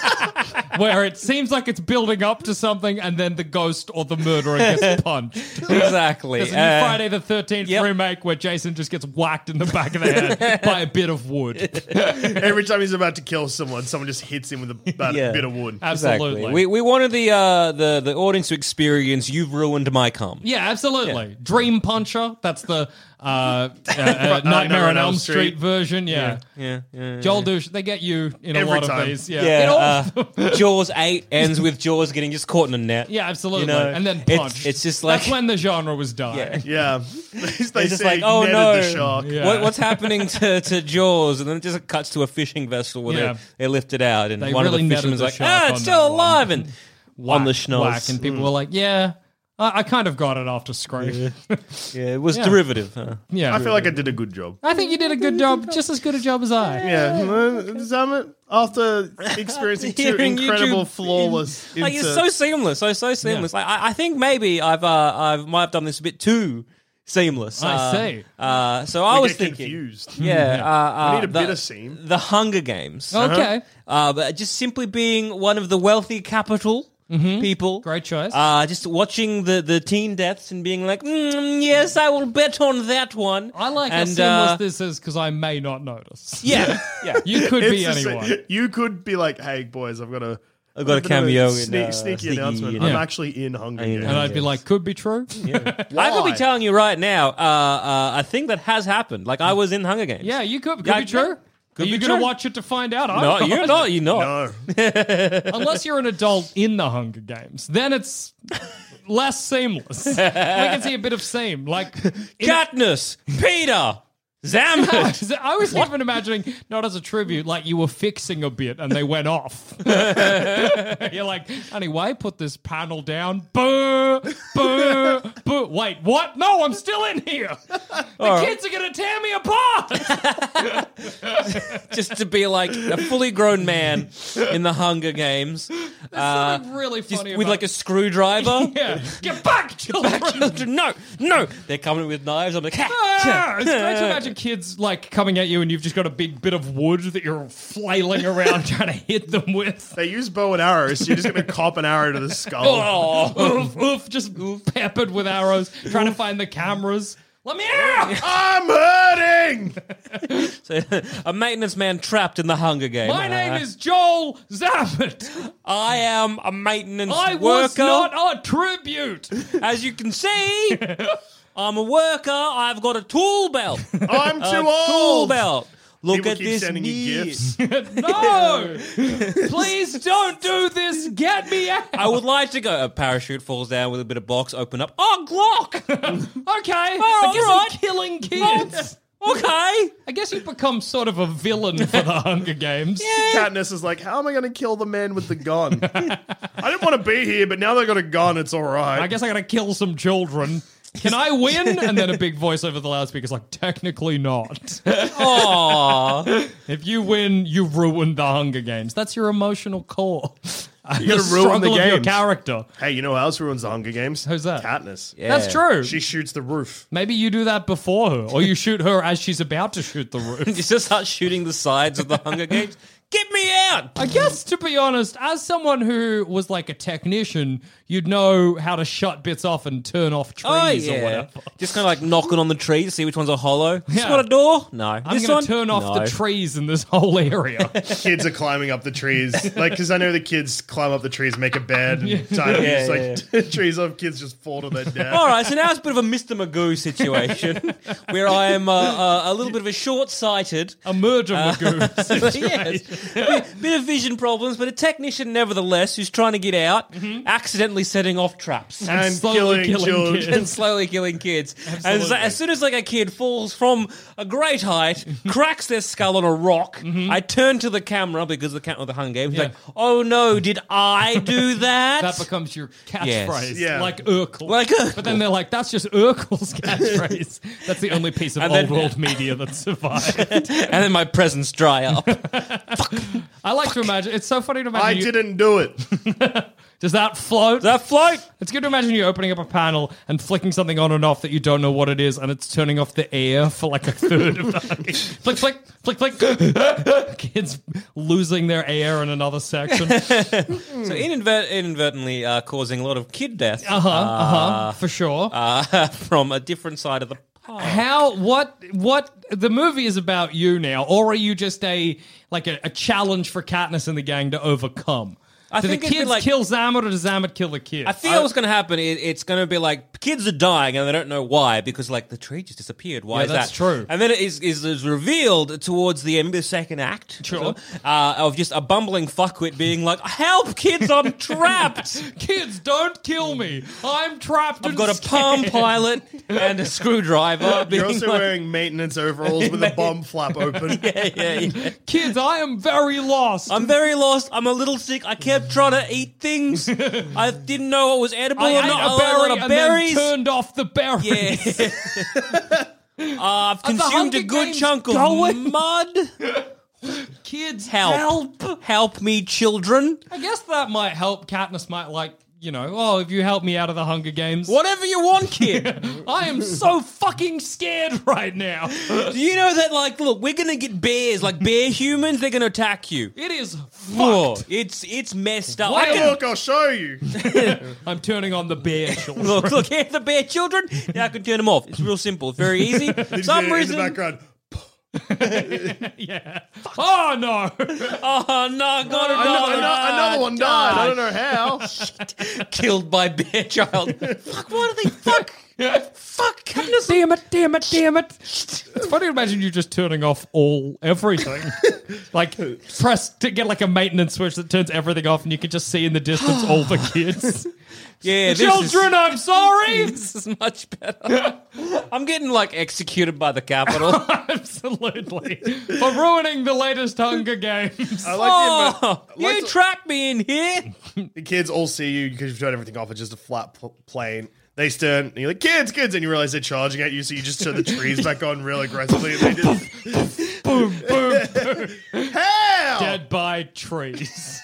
[SPEAKER 1] where it seems like it's building up to something, and then the ghost or the murderer gets punched.
[SPEAKER 2] exactly.
[SPEAKER 1] There's a new
[SPEAKER 2] Uh,
[SPEAKER 1] Friday the 13th
[SPEAKER 2] yep.
[SPEAKER 1] remake where Jason just gets whacked in the back of the head by a bit of wood.
[SPEAKER 3] Every time he's about to kill someone, someone just hits him with a bat-
[SPEAKER 2] Yeah. Uh,
[SPEAKER 3] bit of wood.
[SPEAKER 1] Absolutely.
[SPEAKER 2] Exactly. We, we wanted the uh, the the audience to experience. You've ruined my cum.
[SPEAKER 1] Yeah, absolutely. Dream Puncher. That's the uh, uh, uh,
[SPEAKER 3] Nightmare
[SPEAKER 1] Nightmare
[SPEAKER 3] on
[SPEAKER 1] on
[SPEAKER 3] Elm
[SPEAKER 1] Elm Street,
[SPEAKER 3] Street.
[SPEAKER 1] version. Yeah.
[SPEAKER 2] Yeah, yeah.
[SPEAKER 1] Joel Douche. They get you in a
[SPEAKER 3] Every
[SPEAKER 1] lot
[SPEAKER 3] time.
[SPEAKER 1] of these. Yeah.
[SPEAKER 2] yeah.
[SPEAKER 1] In all of
[SPEAKER 2] uh, Jaws eight ends with Jaws getting just caught in a net.
[SPEAKER 1] Yeah,
[SPEAKER 2] You
[SPEAKER 1] absolutely.
[SPEAKER 2] know,
[SPEAKER 1] and then
[SPEAKER 2] it's-
[SPEAKER 1] punch.
[SPEAKER 2] It's, just like
[SPEAKER 1] that's when the genre was dying.
[SPEAKER 3] Yeah. they
[SPEAKER 2] it's just
[SPEAKER 3] say
[SPEAKER 2] like
[SPEAKER 3] he
[SPEAKER 2] oh
[SPEAKER 3] netted
[SPEAKER 2] no,
[SPEAKER 3] the shark.
[SPEAKER 1] Yeah.
[SPEAKER 2] What, what's happening to, to Jaws? And then it just cuts to a fishing vessel where
[SPEAKER 1] Yeah.
[SPEAKER 2] they, they lift it out, and
[SPEAKER 1] They
[SPEAKER 2] one
[SPEAKER 1] really
[SPEAKER 2] of the
[SPEAKER 1] netted
[SPEAKER 2] fishermen's
[SPEAKER 1] the
[SPEAKER 2] like,
[SPEAKER 1] shark
[SPEAKER 2] ah,
[SPEAKER 1] on
[SPEAKER 2] it's still
[SPEAKER 1] that one."
[SPEAKER 2] alive, and on the
[SPEAKER 1] Whack, whack,
[SPEAKER 2] schnoz. Mm.
[SPEAKER 1] and people were like, "Yeah, I, I kind of got it after Scream." Yeah,
[SPEAKER 2] Yeah, it was derivative. Huh?
[SPEAKER 3] I feel like I did a good job.
[SPEAKER 1] I think you did a good job, just as good a job as I.
[SPEAKER 3] Yeah. Well, Summit, Uh, after experiencing two
[SPEAKER 2] Hearing you
[SPEAKER 3] incredible,
[SPEAKER 2] do-
[SPEAKER 3] flawless
[SPEAKER 2] Like it's so
[SPEAKER 3] inserts.
[SPEAKER 2] seamless, so so seamless. Like, I, I think maybe I've uh, I've might have done this a bit too seamless.
[SPEAKER 1] I
[SPEAKER 2] Uh,
[SPEAKER 1] see.
[SPEAKER 2] Uh, so I
[SPEAKER 3] We
[SPEAKER 2] was
[SPEAKER 3] get
[SPEAKER 2] thinking,
[SPEAKER 3] confused.
[SPEAKER 2] yeah, uh, uh,
[SPEAKER 3] We need a
[SPEAKER 2] the,
[SPEAKER 3] bit of seam.
[SPEAKER 2] The Hunger Games.
[SPEAKER 1] Okay,
[SPEAKER 2] Uh, but just simply being one of the wealthy capital people.
[SPEAKER 1] Mm-hmm. great choice.
[SPEAKER 2] Uh, just watching the, the teen deaths and being like, mm, yes, I will bet on that one.
[SPEAKER 1] I like how
[SPEAKER 2] and,
[SPEAKER 1] seamless
[SPEAKER 2] uh,
[SPEAKER 1] this is because I may not notice.
[SPEAKER 2] Yeah, yeah.
[SPEAKER 1] You could be
[SPEAKER 3] It's the
[SPEAKER 1] anyone.
[SPEAKER 3] same- You could be like, hey, boys, I've got a.
[SPEAKER 2] I've got a cameo in,
[SPEAKER 3] sneak,
[SPEAKER 2] uh,
[SPEAKER 3] sneaky,
[SPEAKER 2] Sneaky
[SPEAKER 3] announcement.
[SPEAKER 2] in-
[SPEAKER 3] I'm
[SPEAKER 1] Yeah.
[SPEAKER 3] actually in Hunger
[SPEAKER 2] I know.
[SPEAKER 3] Games.
[SPEAKER 1] And I'd be like, could be true.
[SPEAKER 2] I could
[SPEAKER 3] Why?
[SPEAKER 2] be telling you right now. Uh, uh, I think that has happened. Like I was in Hunger Games.
[SPEAKER 1] Yeah, you could. Could
[SPEAKER 2] Yeah,
[SPEAKER 1] be
[SPEAKER 2] yeah.
[SPEAKER 1] true.
[SPEAKER 2] Could
[SPEAKER 1] Are
[SPEAKER 2] be
[SPEAKER 1] you going
[SPEAKER 2] true.
[SPEAKER 1] to watch it to find out? I'm
[SPEAKER 2] No, you're not. You're not.
[SPEAKER 3] no.
[SPEAKER 1] Unless you're an adult in the Hunger Games, then it's less seamless. we can see a bit of seam. Like, in-
[SPEAKER 2] Katniss, Peter, Zambit.
[SPEAKER 1] I was even imagining not as a tribute, like you were fixing a bit and they went off. you're like, anyway, put this panel down. Boo, boo, boo. Wait, what? No, I'm still in here. The kids are gonna tear me apart.
[SPEAKER 2] just to be like a fully grown man in the Hunger Games, uh,
[SPEAKER 1] Something really
[SPEAKER 2] just
[SPEAKER 1] funny
[SPEAKER 2] with like a screwdriver.
[SPEAKER 1] yeah. Get back, children.
[SPEAKER 2] no, no, they're coming with knives. I'm like, ha,
[SPEAKER 1] Ah,
[SPEAKER 2] ha,
[SPEAKER 1] it's great to imagine kids like coming at you and you've just got a big bit of wood that you're flailing around trying to hit them with.
[SPEAKER 3] They use bow and arrows, so you're just going to cop an arrow to the skull.
[SPEAKER 1] Oh, oof, oof, just peppered with arrows, trying to find the cameras. Let me out! Ah,
[SPEAKER 3] I'm hurting!
[SPEAKER 2] So, a maintenance man trapped in the Hunger Game.
[SPEAKER 1] My name
[SPEAKER 2] Uh,
[SPEAKER 1] is Joel Zappert.
[SPEAKER 2] I am a maintenance
[SPEAKER 1] I
[SPEAKER 2] worker.
[SPEAKER 1] was not a tribute.
[SPEAKER 2] As you can see, I'm a worker. I've got a tool belt.
[SPEAKER 3] I'm
[SPEAKER 2] A
[SPEAKER 3] too
[SPEAKER 2] tool
[SPEAKER 3] old!
[SPEAKER 2] belt. Look
[SPEAKER 3] People
[SPEAKER 2] at
[SPEAKER 3] keep
[SPEAKER 2] this
[SPEAKER 3] sending
[SPEAKER 2] knee.
[SPEAKER 3] you gifts.
[SPEAKER 1] No, please don't do this. Get me out.
[SPEAKER 2] I would like to go. A parachute falls down with a bit of box. Open up. Oh, Glock.
[SPEAKER 1] Okay, I
[SPEAKER 2] all
[SPEAKER 1] guess
[SPEAKER 2] right.
[SPEAKER 1] I'm killing kids.
[SPEAKER 2] okay.
[SPEAKER 1] I guess you become sort of a villain for the Hunger Games.
[SPEAKER 3] Katniss is like, how am I going to kill the man with the gun? I didn't want to be here, but now they got a gun, it's all right.
[SPEAKER 1] I guess I gotta kill some children. Can I win? And then a big voice over the loudspeaker is like, technically not.
[SPEAKER 2] Aww.
[SPEAKER 1] If you win, you ruin the Hunger Games. That's your emotional core. You're
[SPEAKER 3] gonna ruin the
[SPEAKER 1] of your
[SPEAKER 3] games.
[SPEAKER 1] character.
[SPEAKER 3] Hey, you know who else ruins the Hunger Games?
[SPEAKER 1] Who's that?
[SPEAKER 3] Katniss.
[SPEAKER 1] That's true.
[SPEAKER 3] She shoots the roof.
[SPEAKER 1] Maybe you do that before her, or you shoot her as she's about to shoot the roof.
[SPEAKER 2] You just start shooting the sides of the Hunger Games. Get me out.
[SPEAKER 1] I guess to be honest, as someone who was like a technician, you'd know how to shut bits off and turn off trees
[SPEAKER 2] Oh
[SPEAKER 1] or
[SPEAKER 2] yeah,
[SPEAKER 1] whatever.
[SPEAKER 2] just kind of like knocking on the tree to see which ones are hollow. This
[SPEAKER 1] Yeah.
[SPEAKER 2] one a door? No.
[SPEAKER 1] I'm
[SPEAKER 2] this
[SPEAKER 1] gonna
[SPEAKER 2] one?
[SPEAKER 1] turn off
[SPEAKER 2] No.
[SPEAKER 1] the trees in this whole area.
[SPEAKER 3] Kids are climbing up the trees. Like, because I know the kids climb up the trees, make a bed, and tie them.
[SPEAKER 2] Yeah,
[SPEAKER 3] It's like, trees off, kids just fall to their death.
[SPEAKER 2] All right, so now it's a bit of a Mr. Magoo situation where I am uh, uh, a little bit of a short-sighted.
[SPEAKER 1] a murder magoo. Mm-hmm.
[SPEAKER 2] yes, bit, bit of vision problems, but a technician nevertheless who's trying to get out, accidentally constantly setting off traps.
[SPEAKER 3] And killing
[SPEAKER 1] slowly killing
[SPEAKER 3] children.
[SPEAKER 1] kids.
[SPEAKER 2] and slowly killing kids. And so,
[SPEAKER 1] Absolutely.
[SPEAKER 2] as soon as like a kid falls from a great height,
[SPEAKER 1] Mm-hmm.
[SPEAKER 2] cracks their skull on a rock, I turn to the camera because the camera the Hunger Games.
[SPEAKER 1] Yeah.
[SPEAKER 2] Like, oh no, did I do that?
[SPEAKER 1] That becomes your catchphrase,
[SPEAKER 3] Yeah.
[SPEAKER 1] like Urkel.
[SPEAKER 2] Like Urkel.
[SPEAKER 1] But then they're like, that's just Urkel's catchphrase. that's the only piece of
[SPEAKER 2] And
[SPEAKER 1] old
[SPEAKER 2] then-
[SPEAKER 1] world media that survived.
[SPEAKER 2] and then my presents dry up.
[SPEAKER 1] I like to imagine. It's so funny to imagine.
[SPEAKER 3] I
[SPEAKER 1] you-
[SPEAKER 3] didn't do it.
[SPEAKER 1] Does that float?
[SPEAKER 2] that float.
[SPEAKER 1] it's good to imagine you opening up a panel and flicking something on and off that you don't know what it is, and it's turning off the air for like a third of the flick, flick, flick, flick. Kids losing their air in another section.
[SPEAKER 2] So inadvert- inadvertently uh, causing a lot of kid death
[SPEAKER 1] Uh-huh,
[SPEAKER 2] Ah.
[SPEAKER 1] uh-huh, for sure.
[SPEAKER 2] uh, from a different side of the park.
[SPEAKER 1] How? What? What? The movie is about you now, or are you just a like a, a challenge for Katniss and the gang to overcome?
[SPEAKER 2] I
[SPEAKER 1] do
[SPEAKER 2] think
[SPEAKER 1] the
[SPEAKER 2] it'd be
[SPEAKER 1] kids
[SPEAKER 2] like-
[SPEAKER 1] kill Zamet, or does Zamet kill the kids?
[SPEAKER 2] I think what's going to happen. It, it's going to be like kids are dying and they don't know why because like the tree just disappeared. Why
[SPEAKER 1] Yeah,
[SPEAKER 2] is
[SPEAKER 1] that's
[SPEAKER 2] that?
[SPEAKER 1] true.
[SPEAKER 2] And then it is, is is revealed towards the end of the second act.
[SPEAKER 1] Sure.
[SPEAKER 2] Uh, of just a bumbling fuckwit being like, "Help, kids! I'm trapped.
[SPEAKER 1] kids don't kill me. I'm trapped.
[SPEAKER 2] I've
[SPEAKER 1] and
[SPEAKER 2] got a
[SPEAKER 1] scared."
[SPEAKER 2] palm pilot and a screwdriver." Being
[SPEAKER 3] You're also
[SPEAKER 2] like,
[SPEAKER 3] wearing maintenance overalls with a bomb flap open.
[SPEAKER 2] yeah, yeah, yeah.
[SPEAKER 1] Kids, I am very lost.
[SPEAKER 2] I'm very lost. I'm a little sick. I kept trying to eat things. I didn't know what was edible
[SPEAKER 1] I
[SPEAKER 2] or
[SPEAKER 1] ate
[SPEAKER 2] not. I
[SPEAKER 1] a
[SPEAKER 2] ate
[SPEAKER 1] berry
[SPEAKER 2] lot of
[SPEAKER 1] and
[SPEAKER 2] berries.
[SPEAKER 1] then turned off the berries.
[SPEAKER 2] Yeah. Uh, I've
[SPEAKER 1] Are the
[SPEAKER 2] consumed a
[SPEAKER 1] Hunger
[SPEAKER 2] good
[SPEAKER 1] Games
[SPEAKER 2] chunk of
[SPEAKER 1] going?
[SPEAKER 2] mud.
[SPEAKER 1] Kids, help.
[SPEAKER 2] Help. Help me, children.
[SPEAKER 1] I guess that might help. Katniss might like, you know, oh, if you help me out of the Hunger Games.
[SPEAKER 2] Whatever you want, kid.
[SPEAKER 1] I am so fucking scared right now.
[SPEAKER 2] Do you know that, like, look, we're going to get bears. Like, bear humans, they're going to attack you.
[SPEAKER 1] It is
[SPEAKER 2] Whoa,
[SPEAKER 1] fucked.
[SPEAKER 2] it's it's messed up. I
[SPEAKER 3] Hey,
[SPEAKER 2] can-
[SPEAKER 3] look, I'll show you.
[SPEAKER 1] I'm turning on the bear shorts.
[SPEAKER 2] look, look, here the bear children. Now I can turn them off. It's real simple. It's very easy. For
[SPEAKER 3] In
[SPEAKER 2] some
[SPEAKER 3] the
[SPEAKER 2] reason.
[SPEAKER 3] background.
[SPEAKER 1] yeah. Oh no.
[SPEAKER 2] Oh, no, I got it.
[SPEAKER 3] Another, ano- another one died. I don't know how.
[SPEAKER 2] Killed by bear child. fuck, what are they? Fuck. fuck, goodness.
[SPEAKER 1] damn it, damn it, damn it. It's funny to imagine you just turning off all everything. like press to get like a maintenance switch that turns everything off and you can just see in the distance all the kids.
[SPEAKER 2] Yeah, this is-
[SPEAKER 1] Children, I'm sorry.
[SPEAKER 2] This is much better. I'm getting like executed by the capital.
[SPEAKER 1] Absolutely. For ruining the latest Hunger Games.
[SPEAKER 3] I like the,
[SPEAKER 2] oh, you trapped me in here.
[SPEAKER 3] the kids all see you because you've turned everything off. It's just a flat pl- plane. They turn and you're like, kids, kids. And you realize they're charging at you. So you just turn the trees back on real aggressively. And they just,
[SPEAKER 1] boom, boom,
[SPEAKER 3] hell!
[SPEAKER 1] dead by trees.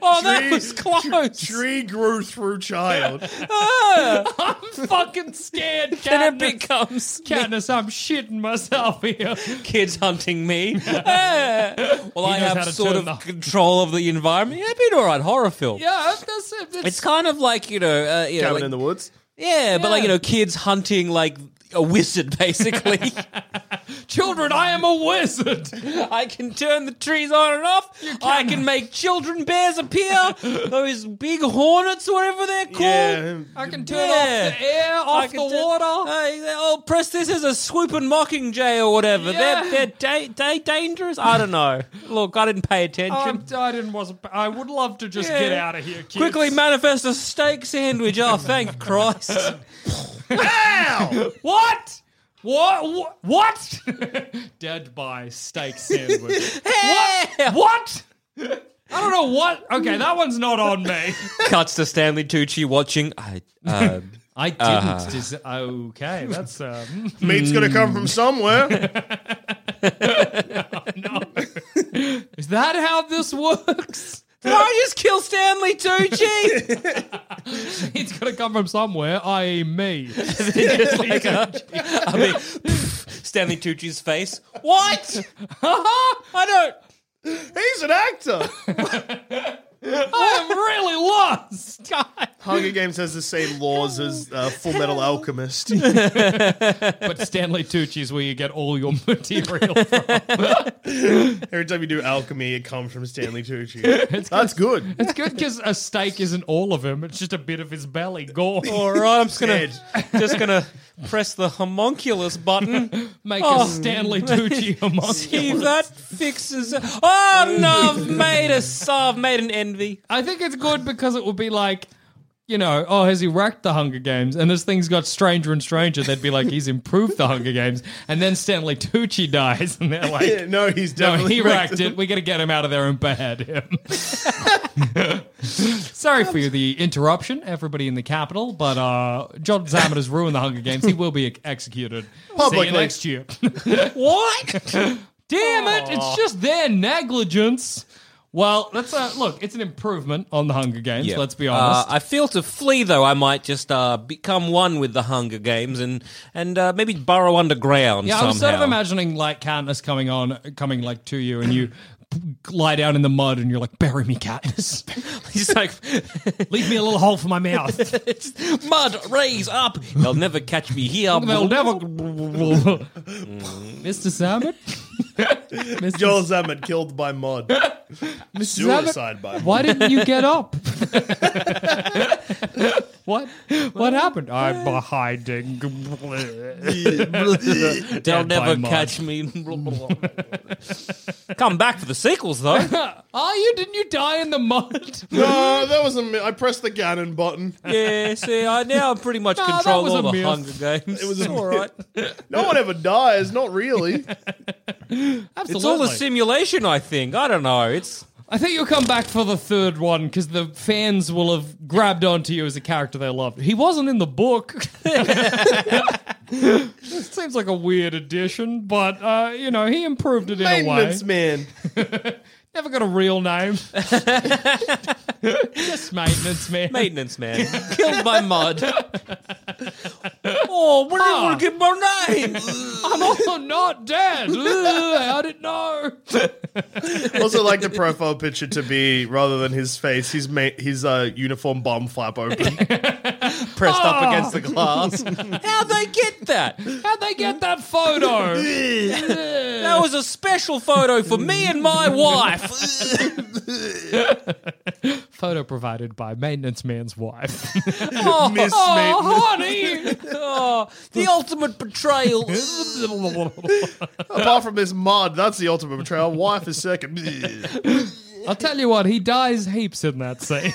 [SPEAKER 2] Oh,
[SPEAKER 3] Tree-
[SPEAKER 2] that was close.
[SPEAKER 3] Tree grew through child.
[SPEAKER 2] Ah,
[SPEAKER 1] I'm fucking scared,
[SPEAKER 2] then it
[SPEAKER 1] Katniss.
[SPEAKER 2] becomes me-
[SPEAKER 1] Katniss, I'm shitting myself here.
[SPEAKER 2] kids hunting me. Ah. well, I
[SPEAKER 1] knows how
[SPEAKER 2] have
[SPEAKER 1] to
[SPEAKER 2] sort
[SPEAKER 1] turn
[SPEAKER 2] of
[SPEAKER 1] the-
[SPEAKER 2] control of the environment. Yeah, it'd be an all right horror film.
[SPEAKER 1] Yeah, that's it. It's,
[SPEAKER 2] It's kind of like you know, uh, you know
[SPEAKER 3] Cabin
[SPEAKER 2] like-
[SPEAKER 3] in the woods.
[SPEAKER 2] yeah, but like
[SPEAKER 1] Yeah.
[SPEAKER 2] you know, kids hunting like a wizard basically.
[SPEAKER 1] children, I am a wizard.
[SPEAKER 2] I can turn the trees on and off. I can make children bears appear. Those big hornets, whatever they're called.
[SPEAKER 1] I can turn
[SPEAKER 2] Yeah.
[SPEAKER 1] off the air, off the water.
[SPEAKER 2] oh, press this as a swoop and mockingjay or whatever.
[SPEAKER 1] Yeah.
[SPEAKER 2] They're, they're da- da- dangerous. I don't know. Look, I didn't pay attention.
[SPEAKER 1] I'm, I didn't wasn't. I would love to just
[SPEAKER 2] Yeah.
[SPEAKER 1] get out of here kids.
[SPEAKER 2] Quickly manifest a steak sandwich. Oh, thank Christ.
[SPEAKER 1] What? What? Wha- What? Dead by steak sandwich.
[SPEAKER 2] Yeah.
[SPEAKER 1] what? What? I don't know what. Okay, that one's not on me.
[SPEAKER 2] Cuts to Stanley Tucci watching. I, uh,
[SPEAKER 1] I didn't. Dis- okay, that's um,
[SPEAKER 3] Meat's gonna come from somewhere.
[SPEAKER 1] is that how this works?
[SPEAKER 2] Did I just kill Stanley Tucci?
[SPEAKER 1] it's gonna come from somewhere, i.e., me.
[SPEAKER 2] Just like a- I mean, Stanley Tucci's face. What? I don't.
[SPEAKER 3] He's an actor.
[SPEAKER 1] I'm really lost.
[SPEAKER 3] Hunger Games has the same laws as uh, Full Metal Alchemist.
[SPEAKER 1] But Stanley Tucci's where you get all your material from.
[SPEAKER 3] Every time you do alchemy, it comes from Stanley Tucci. That's good.
[SPEAKER 1] It's good because a steak isn't all of him; it's just a bit of his belly gone.
[SPEAKER 2] All right, I'm just gonna
[SPEAKER 3] Dead.
[SPEAKER 2] just gonna press the homunculus button.
[SPEAKER 1] Make
[SPEAKER 2] Oh.
[SPEAKER 1] a Stanley Tucci
[SPEAKER 2] See
[SPEAKER 1] homunculus.
[SPEAKER 2] if that fixes. it. Oh no, I've made a. I've made an envy.
[SPEAKER 1] I think it's good because it will be like. you know, oh, has he wrecked the Hunger Games? And as things got stranger and stranger, they'd be like, he's improved the Hunger Games. And then Stanley Tucci dies, and they're like,
[SPEAKER 3] Yeah, no, he's
[SPEAKER 1] no,
[SPEAKER 3] definitely
[SPEAKER 1] he
[SPEAKER 3] wrecked
[SPEAKER 1] wrecked it. We got to get him out of there and behead him. Sorry for the interruption, everybody in the capital, but uh, John Zammit has ruined the Hunger Games. He will be ex- executed
[SPEAKER 3] Publicly.
[SPEAKER 1] See you next year. what? Damn it! It's just their negligence. Well, that's a look. It's an improvement on the Hunger Games.
[SPEAKER 2] Yeah.
[SPEAKER 1] Let's be honest.
[SPEAKER 2] Uh, I feel to flee, though, I might just uh, become one with the Hunger Games and and uh, maybe burrow underground
[SPEAKER 1] yeah,
[SPEAKER 2] somehow.
[SPEAKER 1] I was sort of imagining like Katniss coming on, coming like to you, and you lie down in the mud, and you're like, "Bury me, Katniss.
[SPEAKER 2] He's like,
[SPEAKER 1] Leave me a little hole for my mouth."
[SPEAKER 2] mud, raise up. They'll never catch me here.
[SPEAKER 1] They'll never. Mr. Samet? Mr.
[SPEAKER 3] Joel Zammit killed by mud. Suicide by mud.
[SPEAKER 1] Why didn't you get up? what? What happened? I'm hiding.
[SPEAKER 2] They'll
[SPEAKER 1] Dead by
[SPEAKER 2] never
[SPEAKER 1] mud.
[SPEAKER 2] catch me. Come back for the sequels, though.
[SPEAKER 1] Oh, you didn't you die in the mud?
[SPEAKER 3] No, that was a mi- I pressed the Ganon button.
[SPEAKER 2] yeah, see, I now pretty much
[SPEAKER 1] Nah, that
[SPEAKER 2] control
[SPEAKER 1] was
[SPEAKER 2] all
[SPEAKER 1] a
[SPEAKER 2] the
[SPEAKER 1] myth.
[SPEAKER 2] Hunger Games. It
[SPEAKER 3] was a
[SPEAKER 2] all
[SPEAKER 3] myth.
[SPEAKER 2] right.
[SPEAKER 3] No one ever dies, not really.
[SPEAKER 1] Absolutely.
[SPEAKER 2] It's all a simulation, I think. I don't know. It's
[SPEAKER 1] I think you'll come back for the third one because the fans will have grabbed onto you as a character they loved. He wasn't in the book. This seems like a weird addition, but uh, you know he improved it in a way.
[SPEAKER 3] Maintenance man.
[SPEAKER 1] Never got a real name. Just maintenance man.
[SPEAKER 2] maintenance, man. Killed by mud. oh, what do you
[SPEAKER 1] Ah.
[SPEAKER 2] want to get my name?
[SPEAKER 1] I'm also not dead. Ugh, I didn't know.
[SPEAKER 3] Also, like the profile picture to be rather than his face, his ma- his uh, uniform bum flap open. Ah.
[SPEAKER 2] Pressed up against the glass. How'd they get that?
[SPEAKER 1] How'd they get that photo? Ugh.
[SPEAKER 2] That was a special photo for me and my wife.
[SPEAKER 1] photo provided by maintenance man's wife.
[SPEAKER 2] Oh,
[SPEAKER 3] Miss Ah.
[SPEAKER 2] oh,
[SPEAKER 1] Honey,
[SPEAKER 2] oh, the ultimate betrayal.
[SPEAKER 3] Apart from this mud, that's the ultimate betrayal. Wife is second.
[SPEAKER 1] I'll tell you what, he dies heaps in that scene.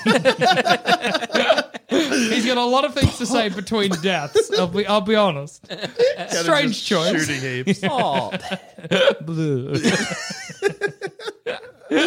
[SPEAKER 1] He's got a lot of things to say between deaths. I'll be, I'll be honest. Strange choice.
[SPEAKER 3] Shooting heaps.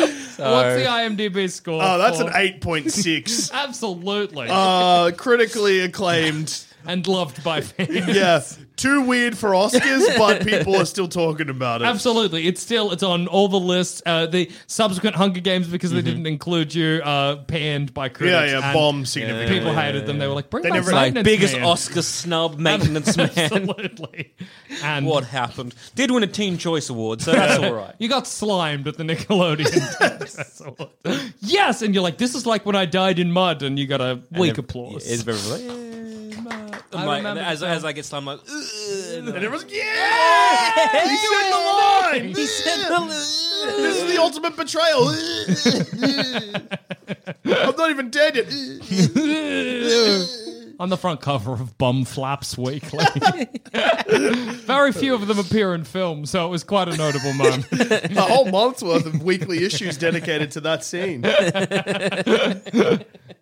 [SPEAKER 2] Oh,
[SPEAKER 1] What's the IMDb score?
[SPEAKER 3] Oh, that's
[SPEAKER 1] for-
[SPEAKER 3] an 8.6.
[SPEAKER 1] Absolutely.
[SPEAKER 3] Uh, critically acclaimed.
[SPEAKER 1] and loved by fans.
[SPEAKER 3] Yeah. Too weird for Oscars, but people are still talking about it.
[SPEAKER 1] Absolutely, it's still it's on all the lists. Uh, the subsequent Hunger Games because they didn't include you, uh, panned by critics.
[SPEAKER 3] Mm-hmm. Yeah, yeah,
[SPEAKER 1] and
[SPEAKER 3] bomb significantly.
[SPEAKER 1] People hated them. They were like, "Bring
[SPEAKER 3] They
[SPEAKER 1] back
[SPEAKER 3] never-
[SPEAKER 2] like
[SPEAKER 1] Maintenance
[SPEAKER 2] biggest
[SPEAKER 1] Man.
[SPEAKER 2] Oscar snub, maintenance man.
[SPEAKER 1] Absolutely. And
[SPEAKER 2] What happened? Did win a Teen Choice Award, so that's all right.
[SPEAKER 1] You got slimed at the Nickelodeon. yes. yes, and you're like, this is like when I died in mud, and you got a weak applause.
[SPEAKER 2] It's very like,
[SPEAKER 1] I
[SPEAKER 2] my-
[SPEAKER 1] remember
[SPEAKER 2] as, as I get slammed, like,
[SPEAKER 3] And everyone's like, yeah! He said the line!
[SPEAKER 2] he said,
[SPEAKER 3] This is the ultimate betrayal. I'm not even dead yet.
[SPEAKER 1] on the front cover of Bum Flaps Weekly. very few of them appear in film, so it was quite a notable moment.
[SPEAKER 3] A whole month's worth of weekly issues dedicated to that scene.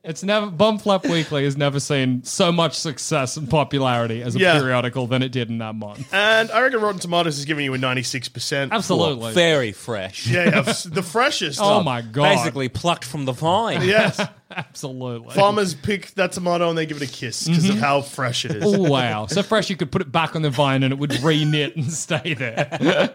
[SPEAKER 1] It's never Bum Flap Weekly has never seen so much success and popularity as a
[SPEAKER 3] Yeah.
[SPEAKER 1] periodical than it did in that month.
[SPEAKER 3] And I reckon Rotten Tomatoes is giving you a 96%.
[SPEAKER 1] Absolutely.
[SPEAKER 2] very fresh.
[SPEAKER 3] Yeah, yeah, the freshest.
[SPEAKER 1] Oh my god.
[SPEAKER 2] Basically plucked from the vine.
[SPEAKER 3] Yes.
[SPEAKER 1] Absolutely.
[SPEAKER 3] Farmers pick that tomato and they give it a kiss because
[SPEAKER 1] Mm-hmm.
[SPEAKER 3] of how fresh it is.
[SPEAKER 1] Oh, wow. So fresh you could put it back on the vine and it would re knit and stay there.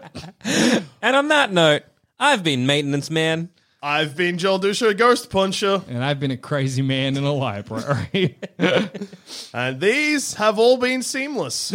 [SPEAKER 2] And on that note, I've been maintenance man.
[SPEAKER 3] I've been Joel Dusha, Ghost Puncher,
[SPEAKER 1] And I've been a crazy man in a library.
[SPEAKER 3] and Uh, these have all been seamless.